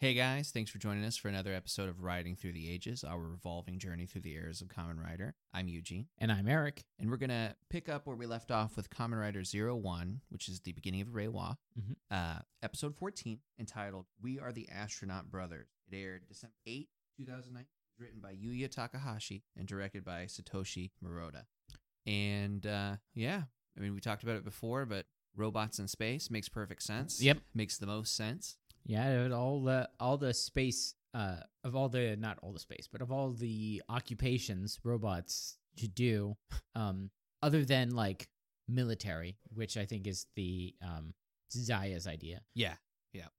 Hey guys, thanks for joining us for another episode of Riding Through the Ages, our revolving journey through the eras of Common Rider. I'm Eugene, And I'm Eric. and we're going to pick up where we left off with Common Rider 01, which is the beginning of Reiwa, Mhm. uh, episode 14, entitled We Are the Astronaut Brothers. It aired December 8, 2009, written by Yuya Takahashi and directed by Satoshi Murata. And uh, yeah, I mean, we talked about it before, but robots in space makes perfect sense. Yep. Makes the most sense. Yeah, it all the all the space uh of all the not all the space, but of all the occupations robots should do, um, other than like military, which I think is the um Zaya's idea. Yeah.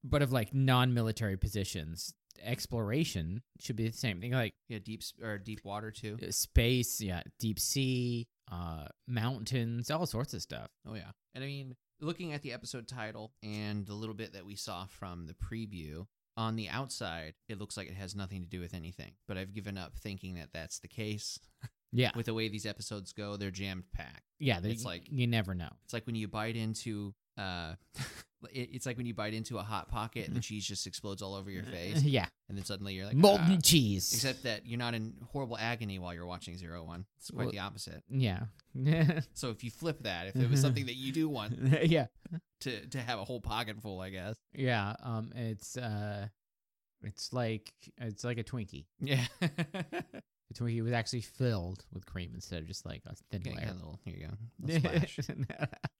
But of like non military positions, exploration should be the same thing. Like Yeah, deep sp- or deep water too. uh, space, yeah, deep sea, uh mountains, all sorts of stuff. Oh yeah. And I mean, looking at the episode title and the little bit that we saw from the preview, on the outside it looks like it has nothing to do with anything, but I've given up thinking that that's the case. Yeah. With the way these episodes go, they're jammed packed. Yeah, they- It's like- you never know. It's like when you bite into uh it, it's like when you bite into a hot pocket Mm. and the cheese just explodes all over your face yeah. and then suddenly you're like Molten "Ah." cheese. Except that you're not in horrible agony while you're watching Zero One. It's quite Well- the opposite. Yeah. So if you flip that, if it was something that you do want, yeah. to to have a whole pocket full, I guess. Yeah. Um it's uh it's like it's like a Twinkie. Yeah. The Twinkie was actually filled with cream instead of just like a thin Getting a layer. little, here you go. A splash.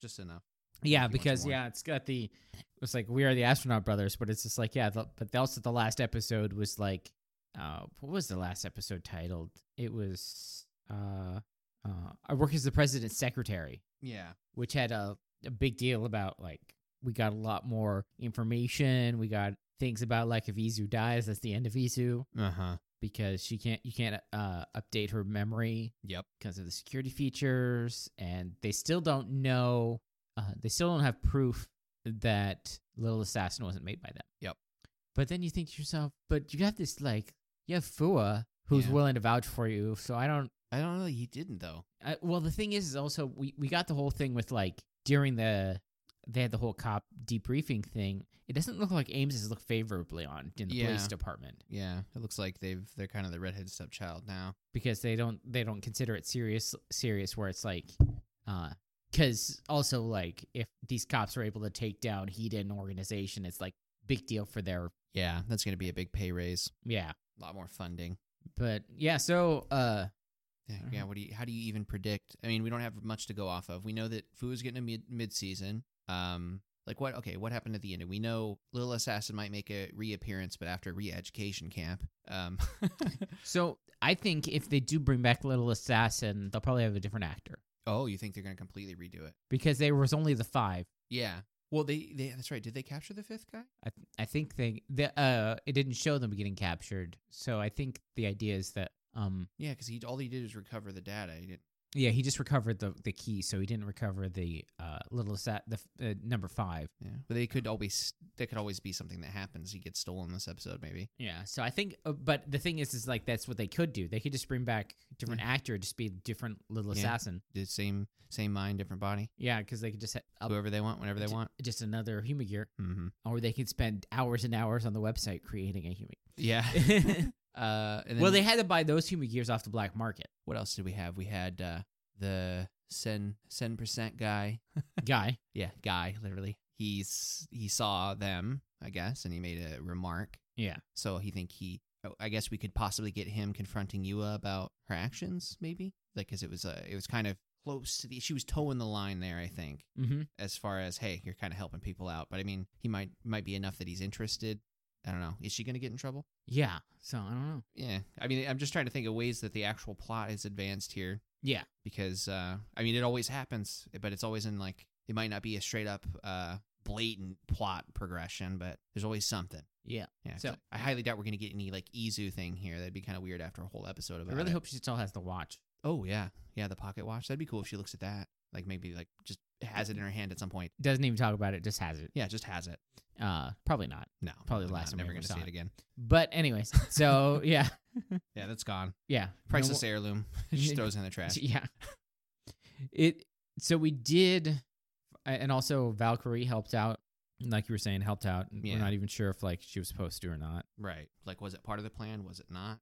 Just enough. If yeah, he wants because more. yeah, it's got the it's like we are the astronaut brothers, but it's just like yeah, the, but also the last episode was like uh what was the last episode titled? It was uh uh I work as the president's secretary. Yeah. which had a, a big deal about like we got a lot more information. We got things about like if Izu dies, that's the end of Izu Uh huh. because she can't you can't uh, update her memory Yep. because of the security features, and they still don't know. Uh, they still don't have proof that Little Assassin wasn't made by them. Yep. But then you think to yourself, but you have this like you have Fua who's Yeah. willing to vouch for you, so I don't I don't know. He didn't though. uh, well, the thing is, is also we, we got the whole thing with like during the they had the whole cop debriefing thing. It doesn't look like Ames is looked favorably on in the police Yeah. department Yeah. It looks like they've they're kind of the redheaded stepchild now. because they don't they don't consider it serious serious where it's like uh because also like if these cops are able to take down Heda and organization, it's like big deal for their Yeah. That's gonna be a big pay raise. yeah. A lot more funding. But yeah, so uh Yeah. Mhm. yeah what do you? How do you even predict? I mean, we don't have much to go off of. We know that Fu is getting a mid mid season. Um. Like what? Okay, what happened at the end? We know Little Assassin might make a reappearance, but after re-education camp. Um, so I think if they do bring back Little Assassin, they'll probably have a different actor oh, you think they're gonna completely redo it? because there was only the five. Yeah. Well, they, they that's right. Did they capture the fifth guy? I th- I think they the uh it didn't show them getting captured. So I think the idea is that um Yeah, because he all he did was recover the data. He didn't. yeah he just recovered the the key, so he didn't recover the uh little sat the f- uh, number five. Yeah, but they could always that could always be something that happens. He gets stolen this episode, maybe. Yeah. So I think, uh, but the thing is, is like that's what they could do. They could just bring back different actor, just be a different little Yeah. assassin. The same same mind, different body. Yeah, because they could just ha- up Whoever they want, whenever they Ju- want. just another human gear, Mm-hmm. or they could spend hours and hours on the website creating a human. Yeah. uh, and then well, they had to buy those human gears off the black market. what else did we have? We had uh, the sen sen percent guy. Guy, Yeah, guy. Literally, he's he saw them, I guess, and he made a remark. yeah, So he think he. oh, I guess we could possibly get him confronting Yua about her actions, maybe, like because it was uh, it was kind of close to the. She was toeing the line there, I think, mm-hmm. as far as hey, you're kind of helping people out. But I mean, he might might be enough that he's interested. I don't know. Is she going to get in trouble? yeah. So I don't know. Yeah, I mean, I'm just trying to think of ways that the actual plot is advanced here. Yeah. because uh, I mean, it always happens, but it's always in like it might not be a straight up uh, blatant plot progression, but there's always something. Yeah. Yeah, So- so I highly doubt we're going to get any like Izu thing here. That'd be kind of weird after a whole episode about I really it. hope she still has the watch. oh yeah, yeah, the pocket watch. That'd be cool if she looks at that. Like maybe like just has it in her hand at some point. Doesn't even talk about it, just has it. Yeah, just has it. Uh, probably not. No, Probably the not. last time we Never ever gonna saw see it. it again. But anyways, so yeah, Yeah, that's gone. yeah, Priceless No- heirloom. Just throws it in the trash. yeah. It. So we did, and also Valkyrie helped out like you were saying, helped out. and Yeah. We're not even sure if like she was supposed to or not. Right. Like, was it part of the plan? Was it not?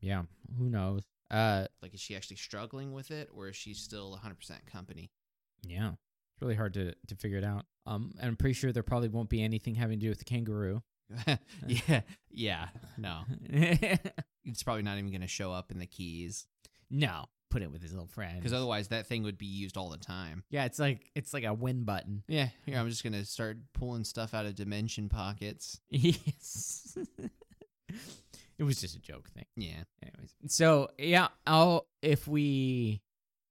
Yeah, who knows? Uh, Like, is she actually struggling with it, or is she still 100% company? yeah, it's really hard to to figure it out. Um, and I'm pretty sure there probably won't be anything having to do with the kangaroo. yeah. Yeah. No. It's probably not even going to show up in the keys no, put it with his little friend. because otherwise that thing would be used all the time. yeah, it's like it's like a win button. Yeah. Here, I'm just going to start pulling stuff out of dimension pockets. yes, it was just a joke thing. Yeah. Anyways, so yeah, I'll if we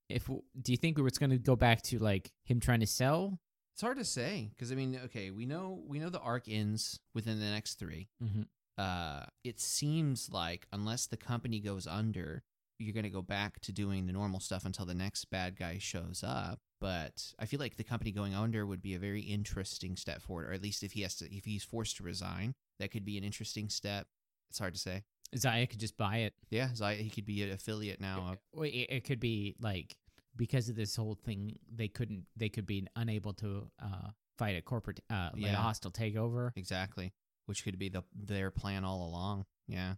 if w- do you think it's going to go back to like him trying to sell? It's hard to say because I mean, okay, we know we know the arc ends within the next three. Mhm. Uh, it seems like unless the company goes under, you're going to go back to doing the normal stuff until the next bad guy shows up. But I feel like the company going under would be a very interesting step forward, or at least if he has to, if he's forced to resign, that could be an interesting step. It's hard to say. Zaya could just buy it. Yeah, Zaya, he could be an affiliate now. of- Well, It, it could be like because of this whole thing, they couldn't, they could be unable to uh, fight a corporate, uh, like Yeah. a hostile takeover. exactly, which could be the their plan all along. Yeah,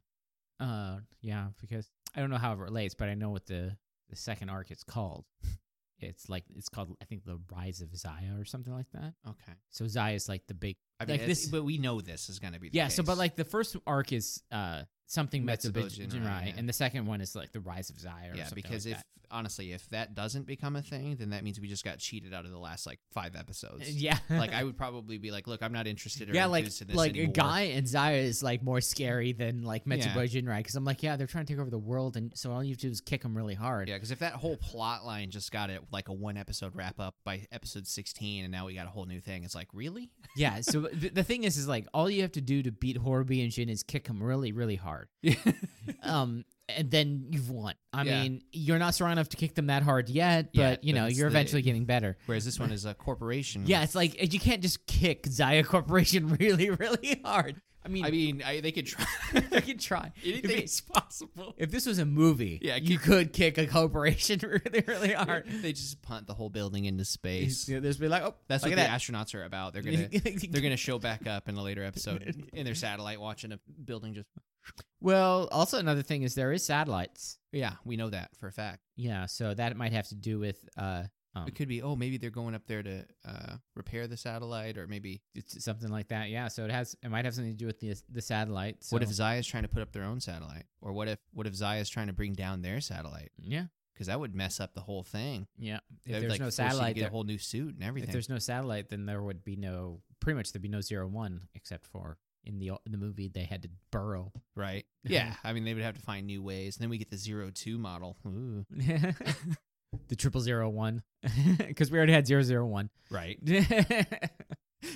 Uh, yeah, because I don't know how it relates, but I know what the the second arc is called. It's like it's called, I think, the Rise of Zaya or something like that. okay. So Zaya is like the big, I mean, Like it's- this- but we know this is going to be the yeah. So, but case. like the first arc is uh something Metsubo Metsubo Jinrai, Jinrai, yeah. and the second one is like the Rise of Zaya. Or yeah, something because like if honestly, if that doesn't become a thing, then that means we just got cheated out of the last like five episodes. that. Uh, yeah, like I would probably be like, look, I'm not interested. Or yeah, like enthused in this like anymore. Guy and Zaya is like more scary than like Metsu Yeah. yeah. right? Because I'm like, yeah, they're trying to take over the world, and so all you have to do is kick them really hard. Yeah, because if that whole plot line just got it like a one episode wrap up by episode 16, and now we got a whole new thing, it's like really? Yeah, so th- the thing is, is like all you have to do to beat Horby and Jin is kick them really, really hard. Um, and then you've won. I Yeah. mean, you're not strong enough to kick them that hard yet, but Yeah, you but know, it's you're the- eventually getting better. Whereas this one is a corporation. Yeah, it's like you can't just kick Zaya Corporation really, really hard. I mean, I mean, I, they could try. I could try. If, Anything it- is possible. if this was a movie, Yeah, you could kick a corporation really, really hard. They just punt the whole building into space. Yeah, there's be like, oh, That's look what at the that. astronauts are about. They're gonna They're gonna show back up in a later episode in their satellite, watching a building just. well, also another thing is there is satellites. Yeah, we know that for a fact. Yeah, so that might have to do with uh, um, It could be, oh, maybe they're going up there to uh, repair the satellite, or maybe it's something like that. Yeah, so it has it might have something to do with the the satellite. So. what if Zaya's trying to put up their own satellite, or what if what if Zaya's trying to bring down their satellite? Yeah, Because that would mess up the whole thing. yeah. If That would, there's like, no force you to satellite, get there, a whole new suit and if everything. there's no satellite, then there would be no pretty much there'd be no zero one except for in the in the movie they had to burrow. Right? Yeah. I mean, they would have to find new ways. And then we get the zero two model. Ooh. the triple zero one because we already had zero zero one. Right.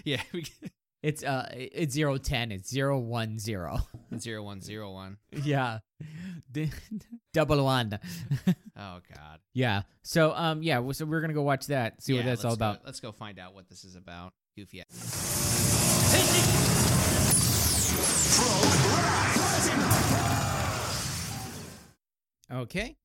Yeah. We get it's uh it's zero ten. It's zero one zero. zero one zero one. Yeah. D- Double one. Oh God. yeah. So um yeah, well, so we're gonna go watch that, see what Yeah, that's all let's go- about. let's go find out what this is about. Goofy. ass. Okay.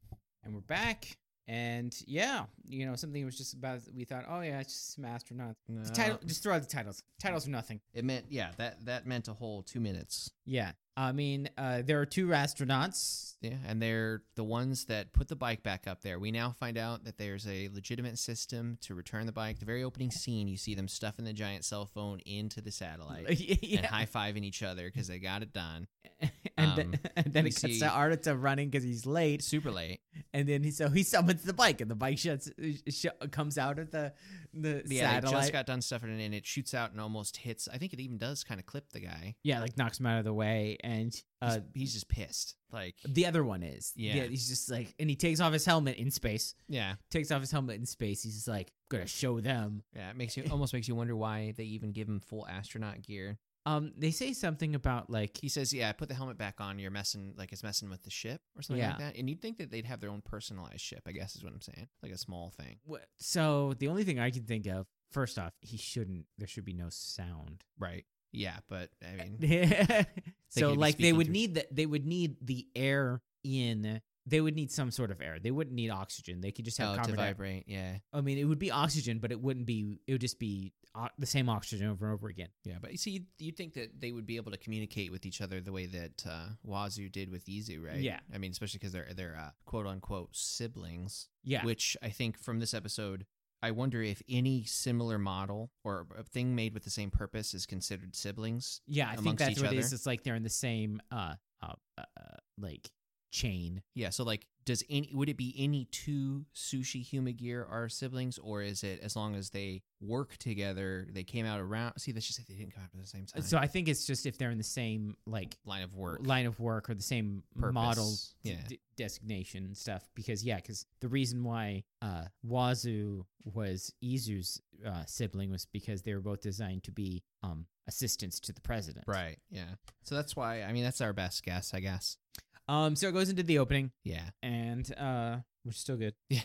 And we're back. And yeah, you know, something was just about we thought, oh yeah, it's just some astronauts. The title Um, just throw out the titles. Titles are nothing. It meant yeah, that that meant a whole two minutes. Yeah. I mean, uh there are two astronauts. Yeah, and they're the ones that put the bike back up there. We now find out that there's a legitimate system to return the bike. The very opening scene, you see them stuffing the giant cell phone into the satellite and yeah. high fiving each other because they got it done. And, um, then, and then we it cuts see- to Arata running because he's late. Super late. And then he so he summons the bike, and the bike shuts, sh- comes out of the the Yeah, they satellite. just got done stuffing it, and it shoots out and almost hits. I think it even does kind of clip the guy. yeah, like knocks him out of the way, and He's, uh, he's just pissed. Like, the other one is Yeah. he's just like, and he takes off his helmet in space. yeah, Takes off his helmet in space. He's just like, gonna show them. yeah. It makes you almost makes you wonder why they even give him full astronaut gear. Um, they say something about like he says, "Yeah, put the helmet back on. You're messing like it's messing with the ship or something like that." And you'd think that they'd have their own personalized ship. I guess is what I'm saying, like a small thing, wh- so. The only thing I can think of, first off, he shouldn't. There should be no sound. right? Yeah, but I mean, so be like Eh, they speaking would through- need that. They would need the air in they would need some sort of air. They wouldn't need oxygen. They could just Oh, have to carbon. di- vibrate. Yeah. I mean, it would be oxygen, but it wouldn't be. It would just be o- the same oxygen over and over again. Yeah. But you see, you'd, you'd think that they would be able to communicate with each other the way that uh, Wazoo did with Izu, right? Yeah. I mean, especially because they're, they're uh, quote unquote siblings. Yeah, which I think from this episode, I wonder if any similar model or a thing made with the same purpose is considered siblings. yeah. I think amongst that's each what it is. other. It's like they're in the same uh, uh, uh like chain. Yeah, so like, does any would it be any two sushi humagir are siblings, or is it as long as they work together, they came out around? See, that's just if they didn't come out at the same time. So I think it's just if they're in the same like line of work, line of work or the same model Purpose, yeah. d- designation and stuff because yeah because the reason why uh wazu was izu's uh, sibling was because they were both designed to be um assistants to the president right? Yeah, so that's why. I mean, that's our best guess, I guess. um so it goes into the opening Yeah, and uh which is still good yeah.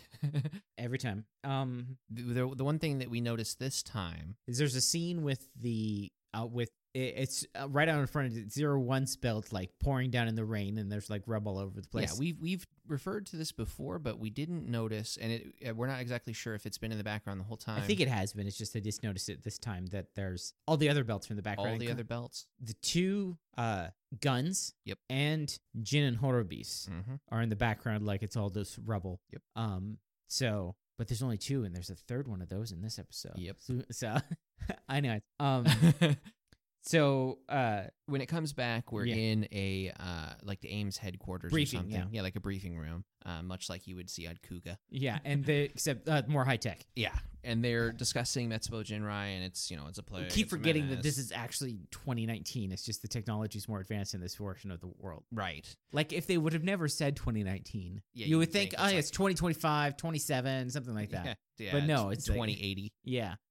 every time um the, the the one thing that we noticed this time, is there's a scene with the uh with it, it's uh, right out in front of it, zero one spelled like pouring down in the rain and there's like rub all over the place Yeah, we've we've referred to this before, but we didn't notice, and it, uh, we're not exactly sure if it's been in the background the whole time. I think it has been. It's just I just noticed it this time that there's all the other belts from the all background. the inclu- other belts. the two uh, guns. Yep. And Jin and Horobis Mm-hmm. are in the background like it's all this rubble. Yep. Um. So, but there's only two, and there's a third one of those in this episode. Yep. So, so I know. it. Um. so, uh, when it comes back, we're Yeah. in a uh, like the Ames headquarters Briefing, or something. yeah. like a briefing room, uh, much like you would see on Kuga. yeah, and the except uh, more high tech. Yeah, and they're discussing Metsubo Jinrai, and it's you know it's a play. Keep forgetting that this is actually 2019. It's just the technology's more advanced in this portion of the world. right. Like if they would have never said 2019, Yeah, you, would think, oh, yeah, it's 2025, 27, something like that. Yeah, Yeah. yeah, But no, it's like- twenty eighty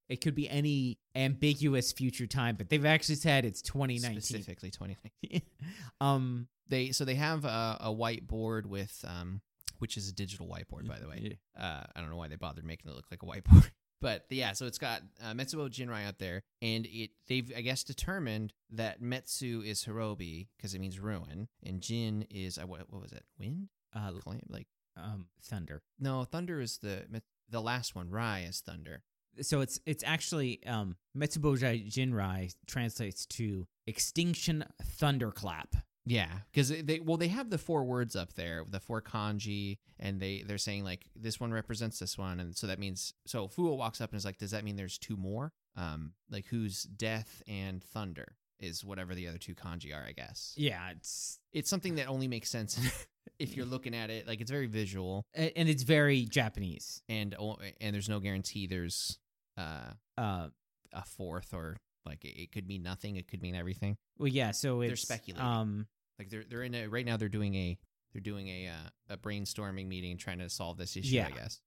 It could be any ambiguous future time, but they've actually said it's 2019. specifically twenty nineteen. um, They so they have a, a whiteboard with um, which is a digital whiteboard by the way. Uh, I don't know why they bothered making it look like a whiteboard. But yeah, so it's got uh, Metsuo Jinrai out there, and it they've I guess determined that Metsu is Hirobi because it means ruin, and Jin is uh, what, what was it? Wind? uh, Clam? Like um, thunder. no, thunder is the Met- the last one. Rai is thunder. So it's it's actually um, Metsubojai Jinrai translates to extinction thunderclap. Yeah, because they well they have the four words up there, the four kanji, and they they're saying like this one represents this one, and so that means so Fuo walks up and is like, does that mean there's two more? Um, like who's death and thunder is whatever the other two kanji are, I guess. Yeah, it's It's something that only makes sense if you're looking at it. Like it's very visual, a- and it's very Japanese. and o- and there's no guarantee there's uh Uh, a fourth or like it, it could mean nothing, it could mean everything. well, yeah. So it's They're speculating. Um, Like they're they're in a right now they're doing a they're doing a uh, a brainstorming meeting trying to solve this issue. Yeah. I guess.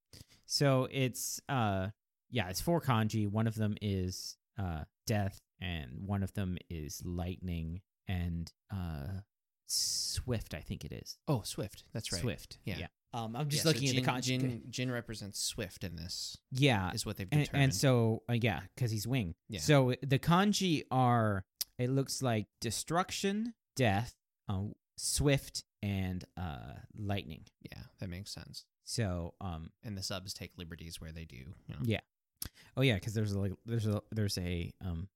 So it's uh yeah, it's four kanji. One of them is uh death and one of them is lightning and uh swift, I think it is. Oh, Swift. That's right. Swift. Yeah. Um I'm just Yeah, so looking at the kanji. Jin, Jin represents Swift in this. yeah. Is what they've And, determined. and so uh, yeah, cuz he's wing. Yeah. So uh, the kanji are it looks like destruction, death, uh, swift and uh lightning. yeah, that makes sense. So um And the subs take liberties where they do. You know. Yeah. Oh yeah, because there's a, like there's a there's a um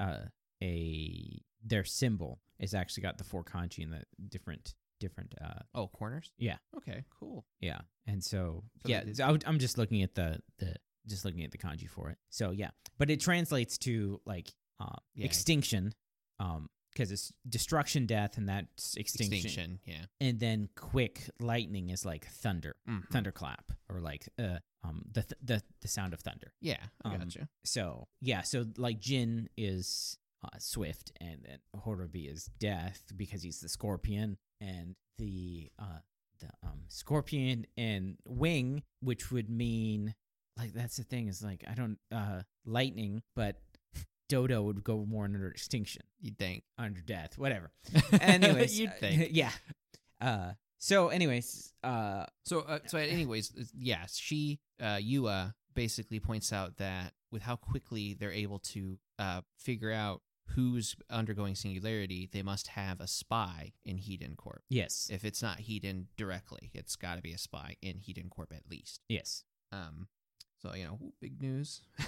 uh a their symbol is actually got the four kanji and the different different uh Oh, corners. Yeah. Okay. Cool. yeah and so, So yeah that is- so I would, I'm just looking at the the just looking at the kanji for it so yeah but it translates to like uh, Yeah. extinction um because it's destruction death and that's extinction, Extinction. Yeah. and then quick lightning is like thunder Mhm. thunderclap or like uh um the th- the the sound of thunder Yeah. I Um, gotcha. so yeah, so like Jin is uh, Swift, and then Horobi is Death because he's the Scorpion, and the uh, the um, Scorpion and Wing, which would mean like that's the thing is like I don't uh, Lightning, but Dodo would go more under Extinction, You'd think. under Death, whatever. Anyways, You'd uh, think. yeah. Uh, so anyways, uh, So, uh, so at anyways, it's- yeah, she, uh, Yua, basically points out that with how quickly they're able to uh, figure out who's undergoing singularity, they must have a spy in Hedon Corp. Yes. If it's not Hedon directly, it's got to be a spy in Hedon Corp at least. yes. Um, so you know, whoop, big news. uh,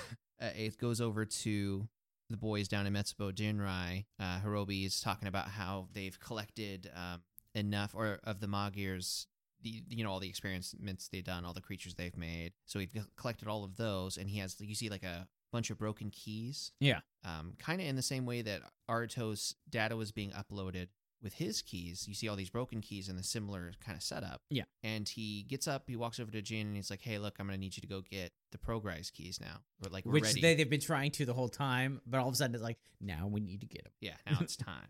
it goes over to the boys down in Metsubo Jinrai. Uh, Hirobi is talking about how they've collected um, enough or of the Magirs. The, you know all the experiments they've done, all the creatures they've made. So he's collected all of those, and he has you see like a bunch of broken keys. Yeah. Um, kind of in the same way that Aruto's data was being uploaded with his keys. You see all these broken keys in the similar kind of setup. Yeah. And he gets up, he walks over to Jin, and he's like, "Hey, look, I'm gonna need you to go get the Progrise keys now. We're like, we're Which ready. they, they've been trying to the whole time, but all of a sudden it's like, now we need to get them. yeah, now it's time."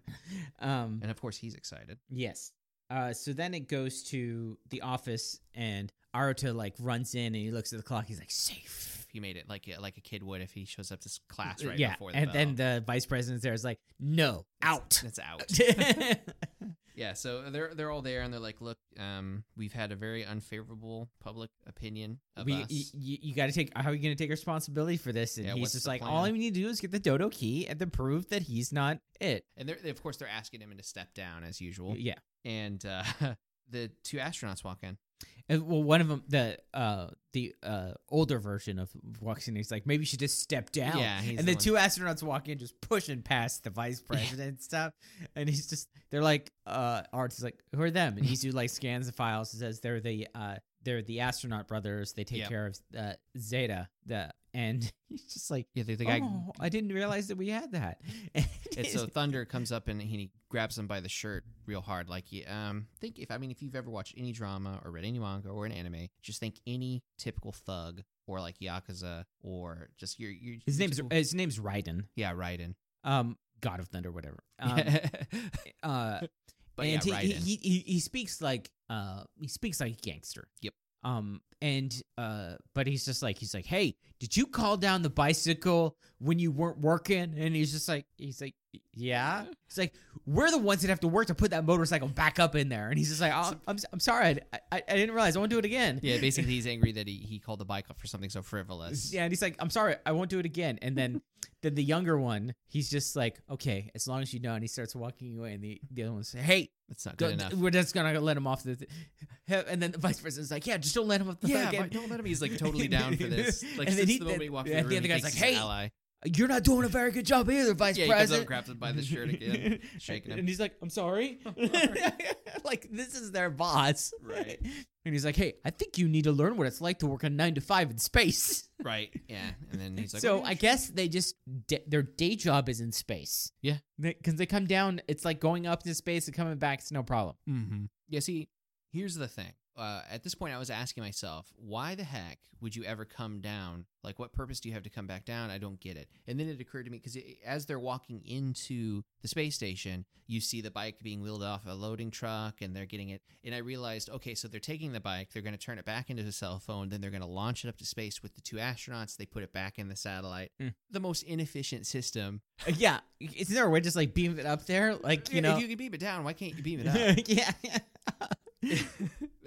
Um, and of course, he's excited. Yes. Uh, so then it goes to the office, and Aruto like runs in and he looks at the clock. He's like, "Safe." He made it like like a kid would if he shows up to s- class Uh, right yeah. before the and then bell. the vice president there is like, "No, out." That's out. yeah, so they're they're all there, and they're like, "Look, um, we've had a very unfavorable public opinion of we, y- us." y- you got to take. How are you going to take responsibility for this? And Yeah, he's what's just the like, plan? "All I need to do is get the dodo key and then prove that he's not it." and they're, they- of course, they're asking him to step down as usual. Yeah. And uh, the two astronauts walk in. And, well, one of them, the uh, the uh, older version of walks in. He's like, "Maybe you should just step down." Yeah, he's and the the one- two astronauts walk in, just pushing past the vice president and stuff. And he's just, they're like, uh, Art's like, who are them? And he's who like scans the files and says, they're the, uh, they're the astronaut brothers. They take Yep. care of uh, Zeta. The and he's just like, Yeah, the, the guy oh, I didn't realize that we had that. And so Thunder comes up and he grabs him by the shirt real hard. Like, you- um, think if I mean if you've ever watched any drama or read any manga or an anime, just think any typical thug or like yakuza or just your your his your name's typical- his name's Raiden. yeah Raiden. Um, God of Thunder, whatever. Um, uh. but and yeah, he, Raiden. he, he he speaks like uh he speaks like a gangster. Yep. Um and uh but he's just like he's like, Hey, did you call down the bicycle when you weren't working? And he's just like he's like Yeah. It's like we're the ones that have to work to put that motorcycle back up in there. And he's just like, oh, I'm I'm sorry, I, I I didn't realize I won't do it again. yeah, basically he's angry that he, he called the bike up for something so frivolous. Yeah, and he's like, I'm sorry, I won't do it again. And then then the younger one, he's just like, Okay, as long as you know, and he starts walking away and the, the other one's like, Hey, That's not Go- good enough. We're just gonna let him off the. Th- and then the vice president's like, "Yeah, just don't let him off the." yeah, fucking-" but don't let him. He's like totally down for this. Like since and then he, the moment he walked in yeah, the room, the other he guy's like, thinks he's an "Hey, ally." you're not doing a very good job either, vice Yeah, he comes president." up, grabs him by the shirt again, shaking him. And he's like, "I'm sorry." I'm sorry. like this is their boss, Right. And he's like, "Hey, I think you need to learn what it's like to work a nine to five in space." right? Yeah, and then he's like, so "Okay, I guess they just d their day job is in space. Yeah. because they come down, it's like going up into space and coming back. It's no problem. Mm-hmm. Yeah, see, here's the thing. Uh, at this point, I was asking myself, why the heck would you ever come down? Like, what purpose do you have to come back down? I don't get it. And then it occurred to me because as they're walking into the space station, you see the bike being wheeled off a loading truck and they're getting it. And I realized, okay, so they're taking the bike, they're going to turn it back into a cell phone, then they're going to launch it up to space with the two astronauts. They put it back in the satellite. Mm. The most inefficient system. Uh, Yeah, isn't there a way to just like beam it up there? Like you Yeah, know, if you can beam it down, why can't you beam it up? yeah,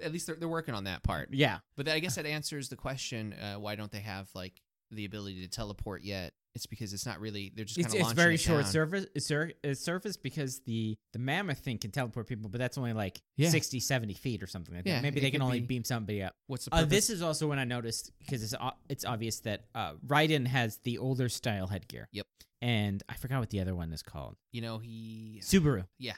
At least they're, they're working on that part. yeah, But that, I guess that answers the question: uh, Why don't they have like the ability to teleport yet? It's because it's not really. They're just kind it's, of it's launching very it short down. surface sur- uh, surface because the the mammoth thing can teleport people, but that's only like Yeah. sixty, seventy 60, 70 feet or something like that. Yeah, Maybe it they can could only be- beam somebody up. What's the Uh, purpose? this is also when I noticed because it's o- it's obvious that uh, Raiden has the older style headgear. Yep. and I forgot what the other one is called. you know, he. Subaru. Yeah.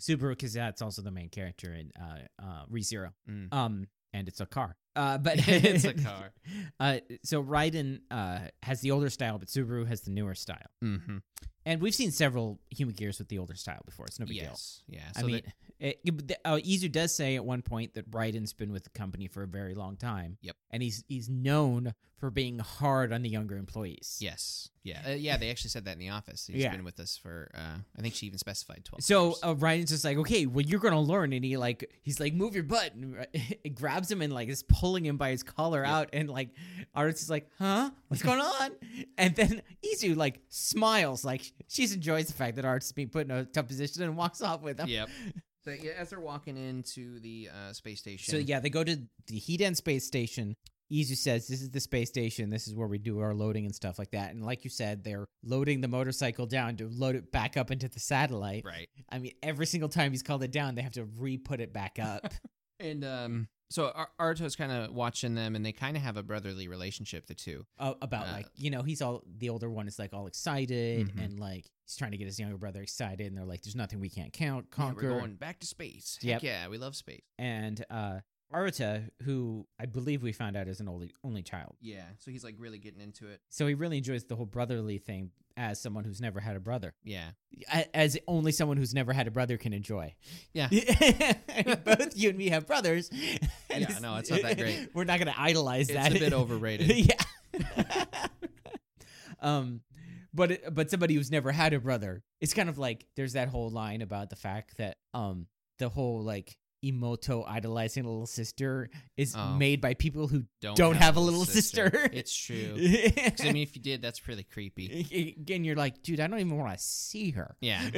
Subaru, because that's also the main character in uh, uh, ReZero. Mm. Um, and it's a car. Uh, but It's a car. Uh, so Raiden uh, has the older style, but Subaru has the newer style. hmm And we've seen several Human Gears with the older style before. It's no big deal. Yes. Yeah. So I that- mean, it, it- but the- uh, Izu does say at one point that Raiden's been with the company for a very long time. Yep. And he's he's known for being hard on the younger employees. yes. Yeah. Uh, yeah. They actually said that in the office. He's Yeah. been with us for. Uh, I think she even specified twelve. So years. uh, Ryan's just like, okay, well, you're gonna learn, and he like, he's like, move your butt, and it grabs him and like is pulling him by his collar Yep. out, and like, Art's is like, huh, what's going on? And then Izu like smiles, like she enjoys the fact that Art's being put in a tough position, and walks off with him. Yep. So yeah, as they're walking into the uh, space station. So yeah, they go to the Heat End space station. Izu says, This is the space station. This is where we do our loading and stuff like that. And like you said, they're loading the motorcycle down to load it back up into the satellite. Right. I mean, every single time he's called it down, they have to re put it back up. And um, so Ar- Arto's kind of watching them, and they kind of have a brotherly relationship, the two. uh, about Uh, like, you know, he's all the older one is like all excited Mhm. and like he's trying to get his younger brother excited. And they're like, There's nothing we can't count, Yeah, conquer. we're going back to space. Heck Yep. Yeah, we love space. and uh, Aruta, who I believe we found out is an only, only child. Yeah. So he's like really getting into it. So he really enjoys the whole brotherly thing as someone who's never had a brother. Yeah. A- As only someone who's never had a brother can enjoy. Yeah. Both you and me have brothers. and Yeah, no, it's not that great. We're not going to idolize It's that. a bit overrated. yeah. um, but it- but somebody who's never had a brother, it's kind of like there's that whole line about the fact that um the whole like Emoto idolizing a little sister is Oh. made by people who Don't have a little sister. It's true. 'Cause, I mean, if you did, that's pretty creepy. Again, you're like, dude, I don't even want to see her. Yeah.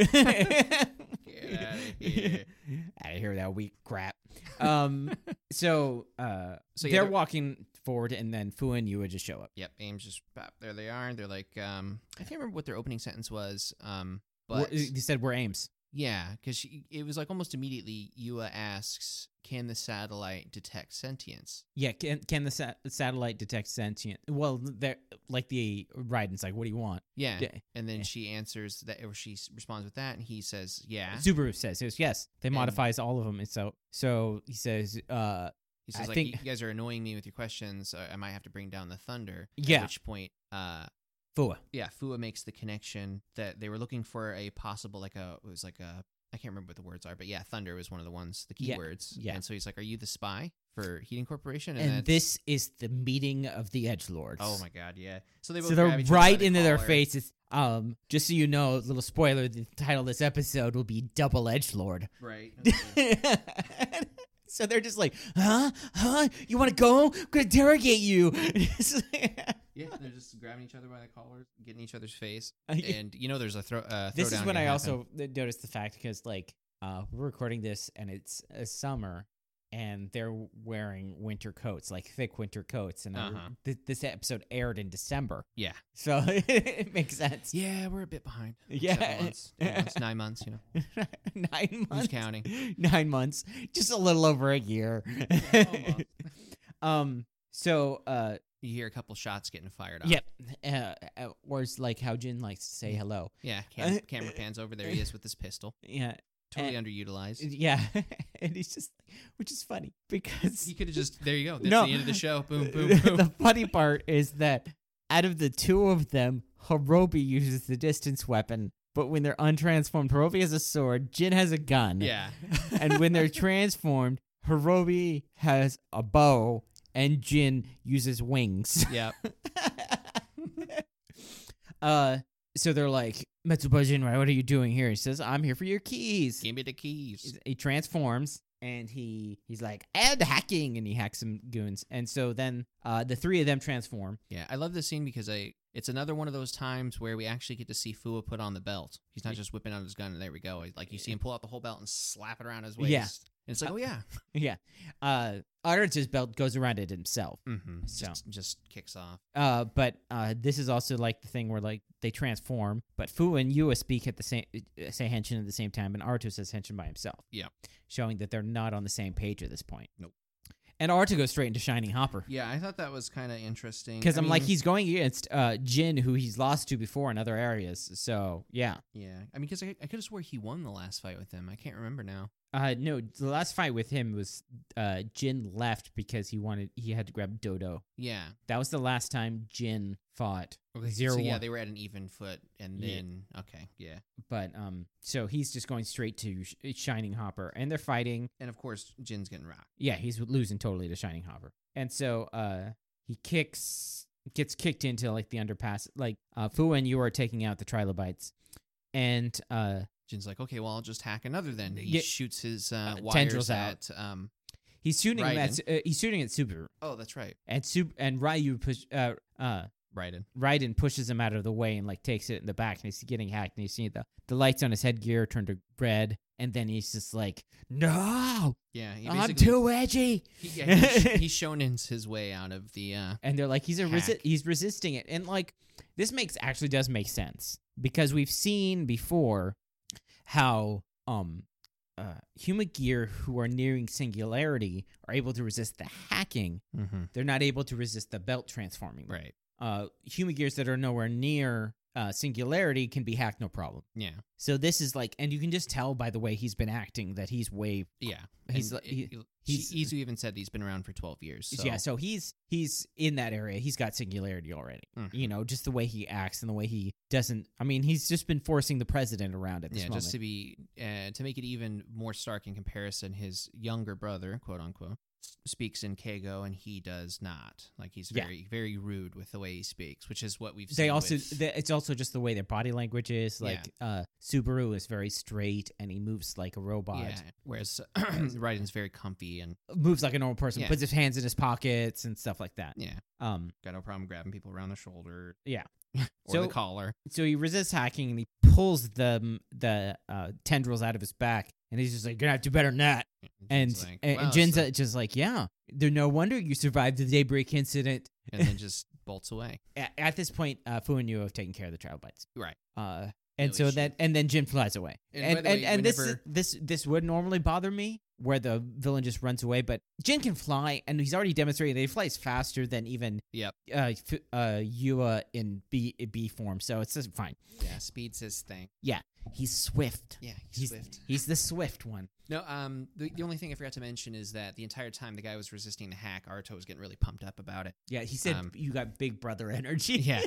outta here. Out of here, that weak crap. Um, so, uh, So, yeah, they're they're- walking forward, and then Fu and Yua just show up. Yep. Ames just pop, there they are. They're like, um, I can't remember what their opening sentence was. Um, We're- but they said we're Ames. yeah, because it was like almost immediately. Yua asks, "Can the satellite detect sentience?" Yeah, can can the sa- satellite detect sentient? Well, they're like the Raiden's like, what do you want? Yeah. Yeah. And then Yeah. she answers that, or she s- responds with that, and he says, "Yeah." Subaru says, yes, yes. They eh. And- modifies all of them, and so so he says, uh, He says, I "Like think- you guys are annoying me with your questions. I, I might have to bring down the thunder." At Yeah. which point, uh, Fua. yeah, Fua makes the connection that they were looking for a possible like a it was like a I can't remember what the words are, but yeah, thunder was one of the ones, the Yeah, keywords. yeah. And so he's like, "Are you the spy for Heating Corporation?" and that's- this is the meeting of the edge lords. Oh my god, yeah. So they both So they're grab each other by right the into their collar. faces. Um, just so you know, little spoiler: the title of this episode will be Double Edge Lord. Right. so they're just like, huh, huh? You want to go? I'm gonna interrogate you. It's like- yeah, they're just grabbing each other by the collars, getting each other's face, this and you know there's a throw. Uh, is throwdown when gonna I happen. also noticed the fact because, like, uh, we're recording this and it's uh, summer. And they're wearing winter coats, like thick winter coats. And I re- Uh-huh. th- this episode aired in December, yeah so it makes sense. yeah we're a bit behind Yeah. it's nine months you know nine who's months. counting Nine months, just a little over a year. Almost. um. So, uh, you hear a couple shots getting fired off yep. Uh, uh, or it's like how Jin likes to say hello. yeah cam- Uh, camera pans over there he is with his pistol Yeah, totally Uh, underutilized yeah. and he's just, which is funny because he could have just there you go that's No. the end of the show boom boom boom the funny part is that out of the two of them, Hirobi uses the distance weapon, but when they're untransformed, Hirobi has a sword, Jin has a gun. yeah and when they're transformed, Hirobi has a bow and Jin uses wings. yeah uh, so they're like, Metsuba Jinrai, what are you doing here? He says, I'm here for your keys. give me the keys He transforms and he he's like, add hacking, and he hacks some goons. And so then uh, the three of them transform. yeah I love this scene because I it's another one of those times where we actually get to see Fua put on the belt he's not just whipping out his gun and there we go like you see him pull out the whole belt and slap it around his waist Yeah. and it's like oh yeah yeah. Uh, Utterance's belt goes around it himself. mm-hmm. So- just just kicks off Uh, but uh, this is also like the thing where like they transform, but Fu and Yua speak at the same uh, say Henshin at the same time, and Arto says Henshin by himself. Yeah. showing that they're not on the same page at this point. Nope. And Arto goes straight into Shining Hopper yeah I thought that was kind of interesting because Mm, I I'm like mean- he's going against uh, Jin, who he's lost to before in other areas. So yeah, Yeah, I mean, because I, I could have swore he won the last fight with them. I can't remember now. uh, no, the last fight with him was uh, Jin left because he wanted he had to grab Dodo. Yeah, That was the last time Jin fought okay, Zero So yeah, one. they were at an even foot, and Yeah. then okay, yeah, but um so he's just going straight to Sh- shining hopper and they're fighting and of course Jin's getting rocked. yeah he's losing totally to shining hopper and so uh he kicks gets kicked into like the underpass like uh fu and you are taking out the trilobites and uh Jin's like, okay, well, I'll just hack another then. He Yeah. shoots his uh, Uh, wires tendrils at. Um, he's shooting him at, Su- uh, he's shooting at subaru oh, that's right. and Sub- and ryu push uh uh Right in. Raiden pushes him out of the way and like takes it in the back, and he's getting hacked, and you see the the lights on his headgear turn to red, and then he's just like, "No, Yeah, he I'm basically- too edgy." He, yeah, he's, he's shown his, his way out of the. Uh, and they're like he's a resi- Hack. he's resisting it and like this makes actually does make sense because we've seen before how um uh, human gear who are nearing singularity are able to resist the hacking they're not able to resist the belt transforming Right. uh human gears that are nowhere near uh, singularity can be hacked no problem Yeah. so this is like and you can just tell by the way he's been acting that he's way Yeah. He's And like- he- it- it- he's- he- Izu even said he's been around for 12 years. So, yeah so he's he's in that area he's got singularity already Mhm. you know, just the way he acts and the way he doesn't. I mean, he's just been forcing the president around at this yeah, moment. just to be uh, to make it even more stark in comparison, his younger brother, quote unquote, s- speaks in Kago, and he does not. Like he's Yeah. very, very rude with the way he speaks, which is what we've. they seen also, with- they, it's also just the way their body language is. Yeah. Like, uh, Subaru is very straight and he moves like a robot, yeah. Whereas Raiden's very comfy and moves like a normal person, Yeah. puts his hands in his pockets and stuff like that. yeah, Um, got no problem grabbing people around the shoulder. Yeah. or So- the collar. so he resists hacking and he pulls the the uh, tendrils out of his back, and he's just like, "You're gonna have to do better than that." And Jin's like, and, "Wow, and Jin's son," uh, just like, "Yeah, there. No wonder you survived the daybreak incident. and then just bolts away. at, at this point, uh, Fu and you have taken care of the child bites. Right. Uh, and No so issue. that and then Jin flies away. And And by and, the way, and this whenever- this this would normally bother me where the villain just runs away, but Jin can fly, and he's already demonstrated that he flies faster than even Yep. uh, Fu- uh Yua in B B form. So it's just fine. Yeah, speed's his thing. He's swift. Yeah, he's, He's swift. he's the swift one. No, um, the, the only thing I forgot to mention is that the entire time the guy was resisting the hack, Arto was getting really pumped up about it. Yeah, he said Um, you got big brother energy. Yeah.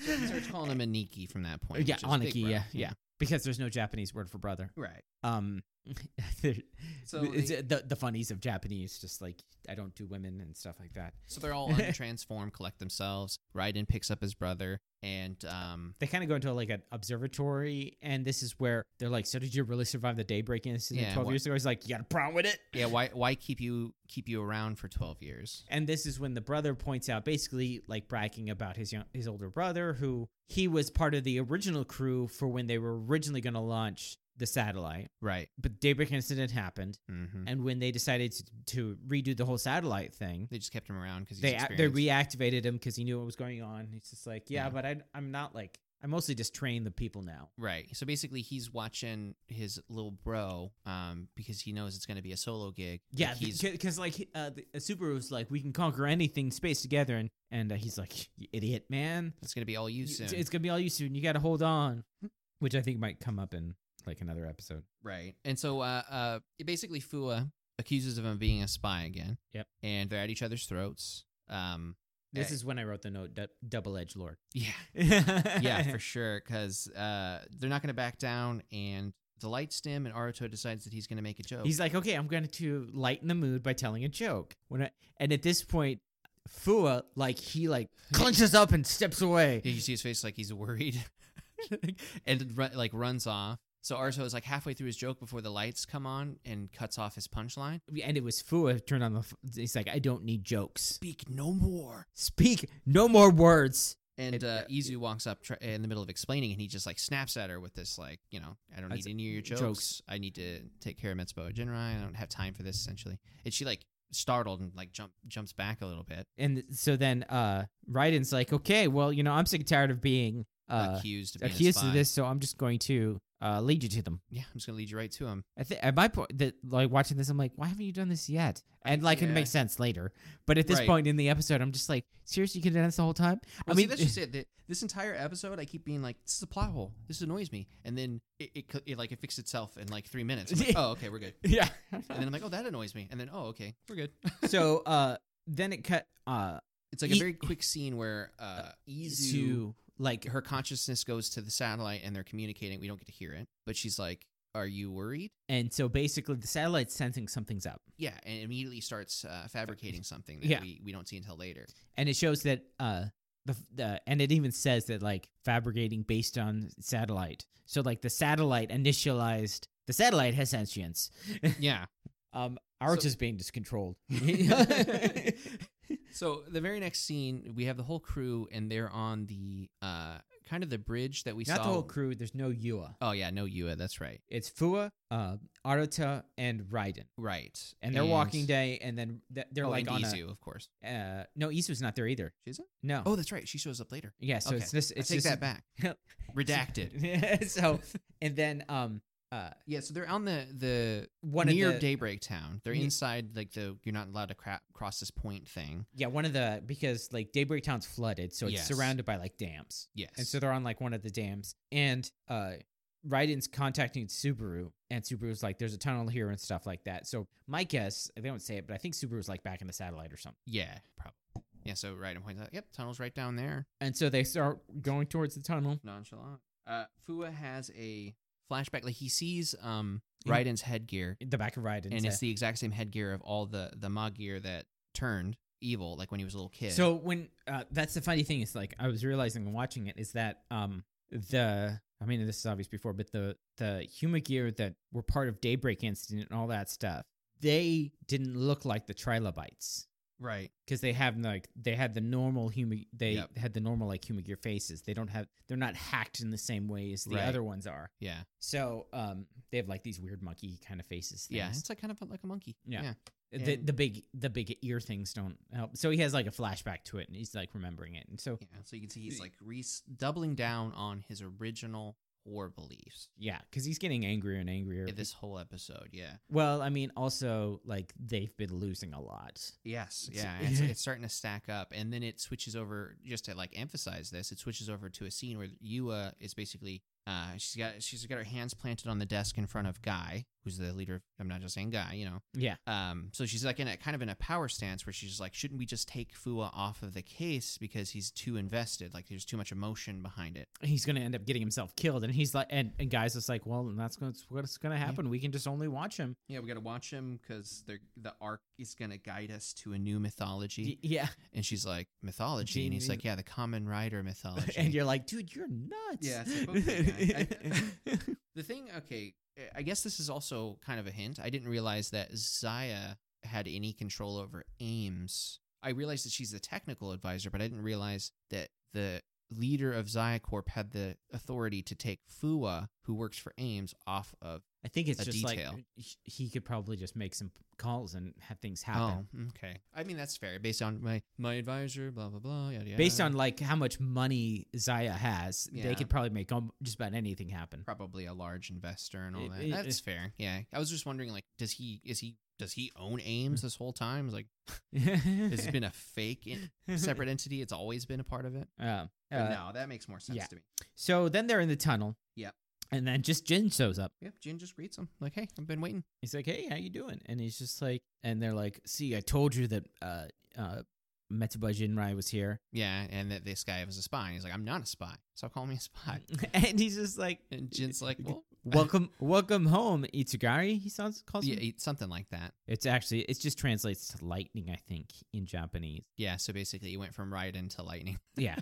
So he starts calling him Aniki from that point. yeah, which is big Aniki. bro. Hmm, Yeah, yeah. Because there's no Japanese word for brother. Right. um the- So it's, they- uh, the the funnies of Japanese, just like I don't do women and stuff like that. So they're all untransformed, collect themselves. Raiden picks up his brother, and um, They kind of go into like an observatory, and this is where they're like, "So did you really survive the daybreak incident Yeah, twelve what- years ago?" He's like, "You got a problem with it?" yeah, why why keep you keep you around for twelve years? And this is when the brother points out, basically like bragging about his young, his older brother, who he was part of the original crew for when they were originally going to launch the satellite, Right. but the daybreak incident happened, hmm and when they decided to, to redo the whole satellite thing, They just kept him around because they a- they reactivated him because he knew what was going on. He's just like, yeah, Yeah. but I, I'm not like I mostly just train the people now. Right. So basically, he's watching his little bro um, because he knows it's going to be a solo gig. Like, Yeah, he's because like he- uh, the, uh, Subaru's like we can conquer anything in space together, and and uh, he's like, you idiot, man, it's going to be all you You- soon. it's, it's gonna be all you soon. You got to hold on, which I think might come up in like another episode. Right. And so uh uh basically Fua accuses him of being a spy again. Yep. And they're at each other's throats. Um This Eh. is when I wrote the note, du- double edged lord. yeah. Yeah, for sure cuz uh they're not going to back down and the lights dim and Aruto decides that he's going to make a joke. He's like, okay, I'm going to lighten the mood by telling a joke. When I, and at this point, Fua like he like clenches up and steps away. Yeah, you see his face like he's worried and ru- like runs off. So Aruto is like halfway through his joke before the lights come on and cuts off his punchline. and it was Fua who turned on the. f- He's like, I don't need jokes. Speak no more. Speak no more words. And It- uh, yeah. Izu walks up tr- in the middle of explaining, and he just like snaps at her with this like, you know, I don't That's- need any of your jokes. jokes. I need to take care of Mitsubo Jinrai. I don't have time for this. Essentially, and she like startled and like jump jumps back a little bit, And so then uh Raiden's like, okay, well, you know, I'm sick and tired of being uh, accused of being accused a spy. of this, so I'm just going to uh lead you to them. Yeah, I'm just gonna lead you right to him. I thi- at my point, that like watching this, I'm like, why haven't you done this yet? And like, it yeah. makes sense later. But at this Right. point in the episode, I'm just like, seriously, you could have done this the whole time. Well, I see, mean, that's just it. Th- This entire episode, I keep being like, this is a plot hole. This annoys me, and then it, it, cl- it like it fixed itself in like three minutes. I'm like, oh, okay, we're good. yeah. And then I'm like, oh, that annoys me. And then oh, okay, we're good. so uh, then it cut uh It's like a E- very quick scene where uh, Izu. to like her consciousness goes to the satellite and they're communicating. We don't get to hear it, but she's like, "Are you worried?" And so basically, the satellite's sensing something's up, Yeah, and immediately starts uh, fabricating something that Yeah. we, we don't see until later. and it shows that uh the, the and it even says that like fabricating based on satellite. So like the satellite initialized the satellite has sentience. Yeah. Um, ours So- is being discontrolled. So the very next scene, we have the whole crew, and they're on the uh, kind of the bridge that we Not saw. the whole crew. There's no Yua. Oh yeah, no Yua, that's right, It's Fua, uh, Aruta, and Raiden, right. and they're walking day, and then th- they're oh, like and on Izu, of course. a. Uh, no, Isu's not there either. She isn't? No. Oh, that's right. She shows up later. yeah. So okay. it's this. I It's take just- that back. Redacted. so and then um uh Yeah, so they're on the the one near of the Daybreak Town. They're Ne- inside like the you're not allowed to cra- cross this point thing. yeah one of the because like Daybreak Town's flooded, so it's Yes. surrounded by like dams. Yes. And so they're on like one of the dams. And uh Raiden's contacting Subaru and Subaru's like, there's a tunnel here and stuff like that. So my guess, they don't say it, but I think Subaru's like back in the satellite or something. yeah, probably. Yeah, so Raiden points out, "Yep, tunnel's right down there." And so they start going towards the tunnel. Nonchalant. Uh, Fua has a flashback. Like he sees um Yeah. Raiden's headgear The back of Raiden. and it's the exact same headgear of all the the Magir that turned evil, like when he was a little kid. So when uh, that's the funny thing is like I was realizing when watching it is that um the I mean this is obvious before, but the the human gear that were part of Daybreak Incident and all that stuff, they didn't look like the trilobites. right, because they have like they had the normal human they Yep. had the normal like human gear faces they don't have they're not hacked in the same way as the Right. other ones are yeah, so um they have like these weird monkey kind of faces things. yeah. It's like kind of like a monkey. Yeah. yeah. the, and- the big the big ear things don't help so he has like a flashback to it and he's like remembering it and so Yeah, so you can see he's like re- doubling down on his original core beliefs yeah because he's getting angrier and angrier in this whole episode. Yeah. well i mean also like they've been losing a lot Yes. It's- Yeah. and It's, it's starting to stack up, and then it switches over just to like emphasize this. It switches over to a scene where Yua is basically uh, she's got she's got her hands planted on the desk in front of Guy, who's the leader. Of, I'm not just saying Guy, you know. yeah Um, so she's like in a kind of in a power stance where she's like, shouldn't we just take Fua off of the case because he's too invested? Like there's too much emotion behind it. he's gonna end up getting himself killed and he's like and, and guys just like well that's what's what's gonna happen we can just only watch him Yeah, we got to watch him because the arc is going to guide us to a new mythology. Y- yeah and she's like, mythology. And Gene- he's like, yeah, the common rider mythology. and you're like, dude, you're nuts. Yeah, it's like, okay, I- the thing, okay, eh, I guess this is also kind of a hint. I didn't realize that Zaya had any control over Ames. I realized that she's the technical advisor, but I didn't realize that the leader of Zaya Corp had the authority to take Fua, who works for Ames, off of. I think it's A just detail. like h- he could probably just make some calls and have things happen. Oh, okay. I mean, that's fair. Based on my my advisor, blah blah blah, yada yada. Based on like how much money Zaya has, Yeah. they could probably make um, just about anything happen. probably a large investor and all It- that. it- That's it- fair. Yeah. I was just wondering like does he is he does he own Ames this whole time? It's Like has it been a fake in- separate entity? It's always been a part of it. Um, But uh, no, that makes more sense yeah. to me. So then they're in the tunnel. Yep. And then just Jin shows up. Yep, Jin just greets him like, "Hey, I've been waiting." He's like, "Hey, how you doing?" And he's just like, and they're like, "See, I told you that uh, uh, Metsuba Jinrai was here." Yeah, and that this guy was a spy. And he's like, "I'm not a spy. Stop calling me a spy." and he's just like, And Jin's like, "Well, Welcome, welcome home, Itsugari. He sounds calls yeah, him. eat something like that." It's actually it just translates to lightning, I think, in Japanese. Yeah, so basically, he went from Raiden to Lightning. Yeah,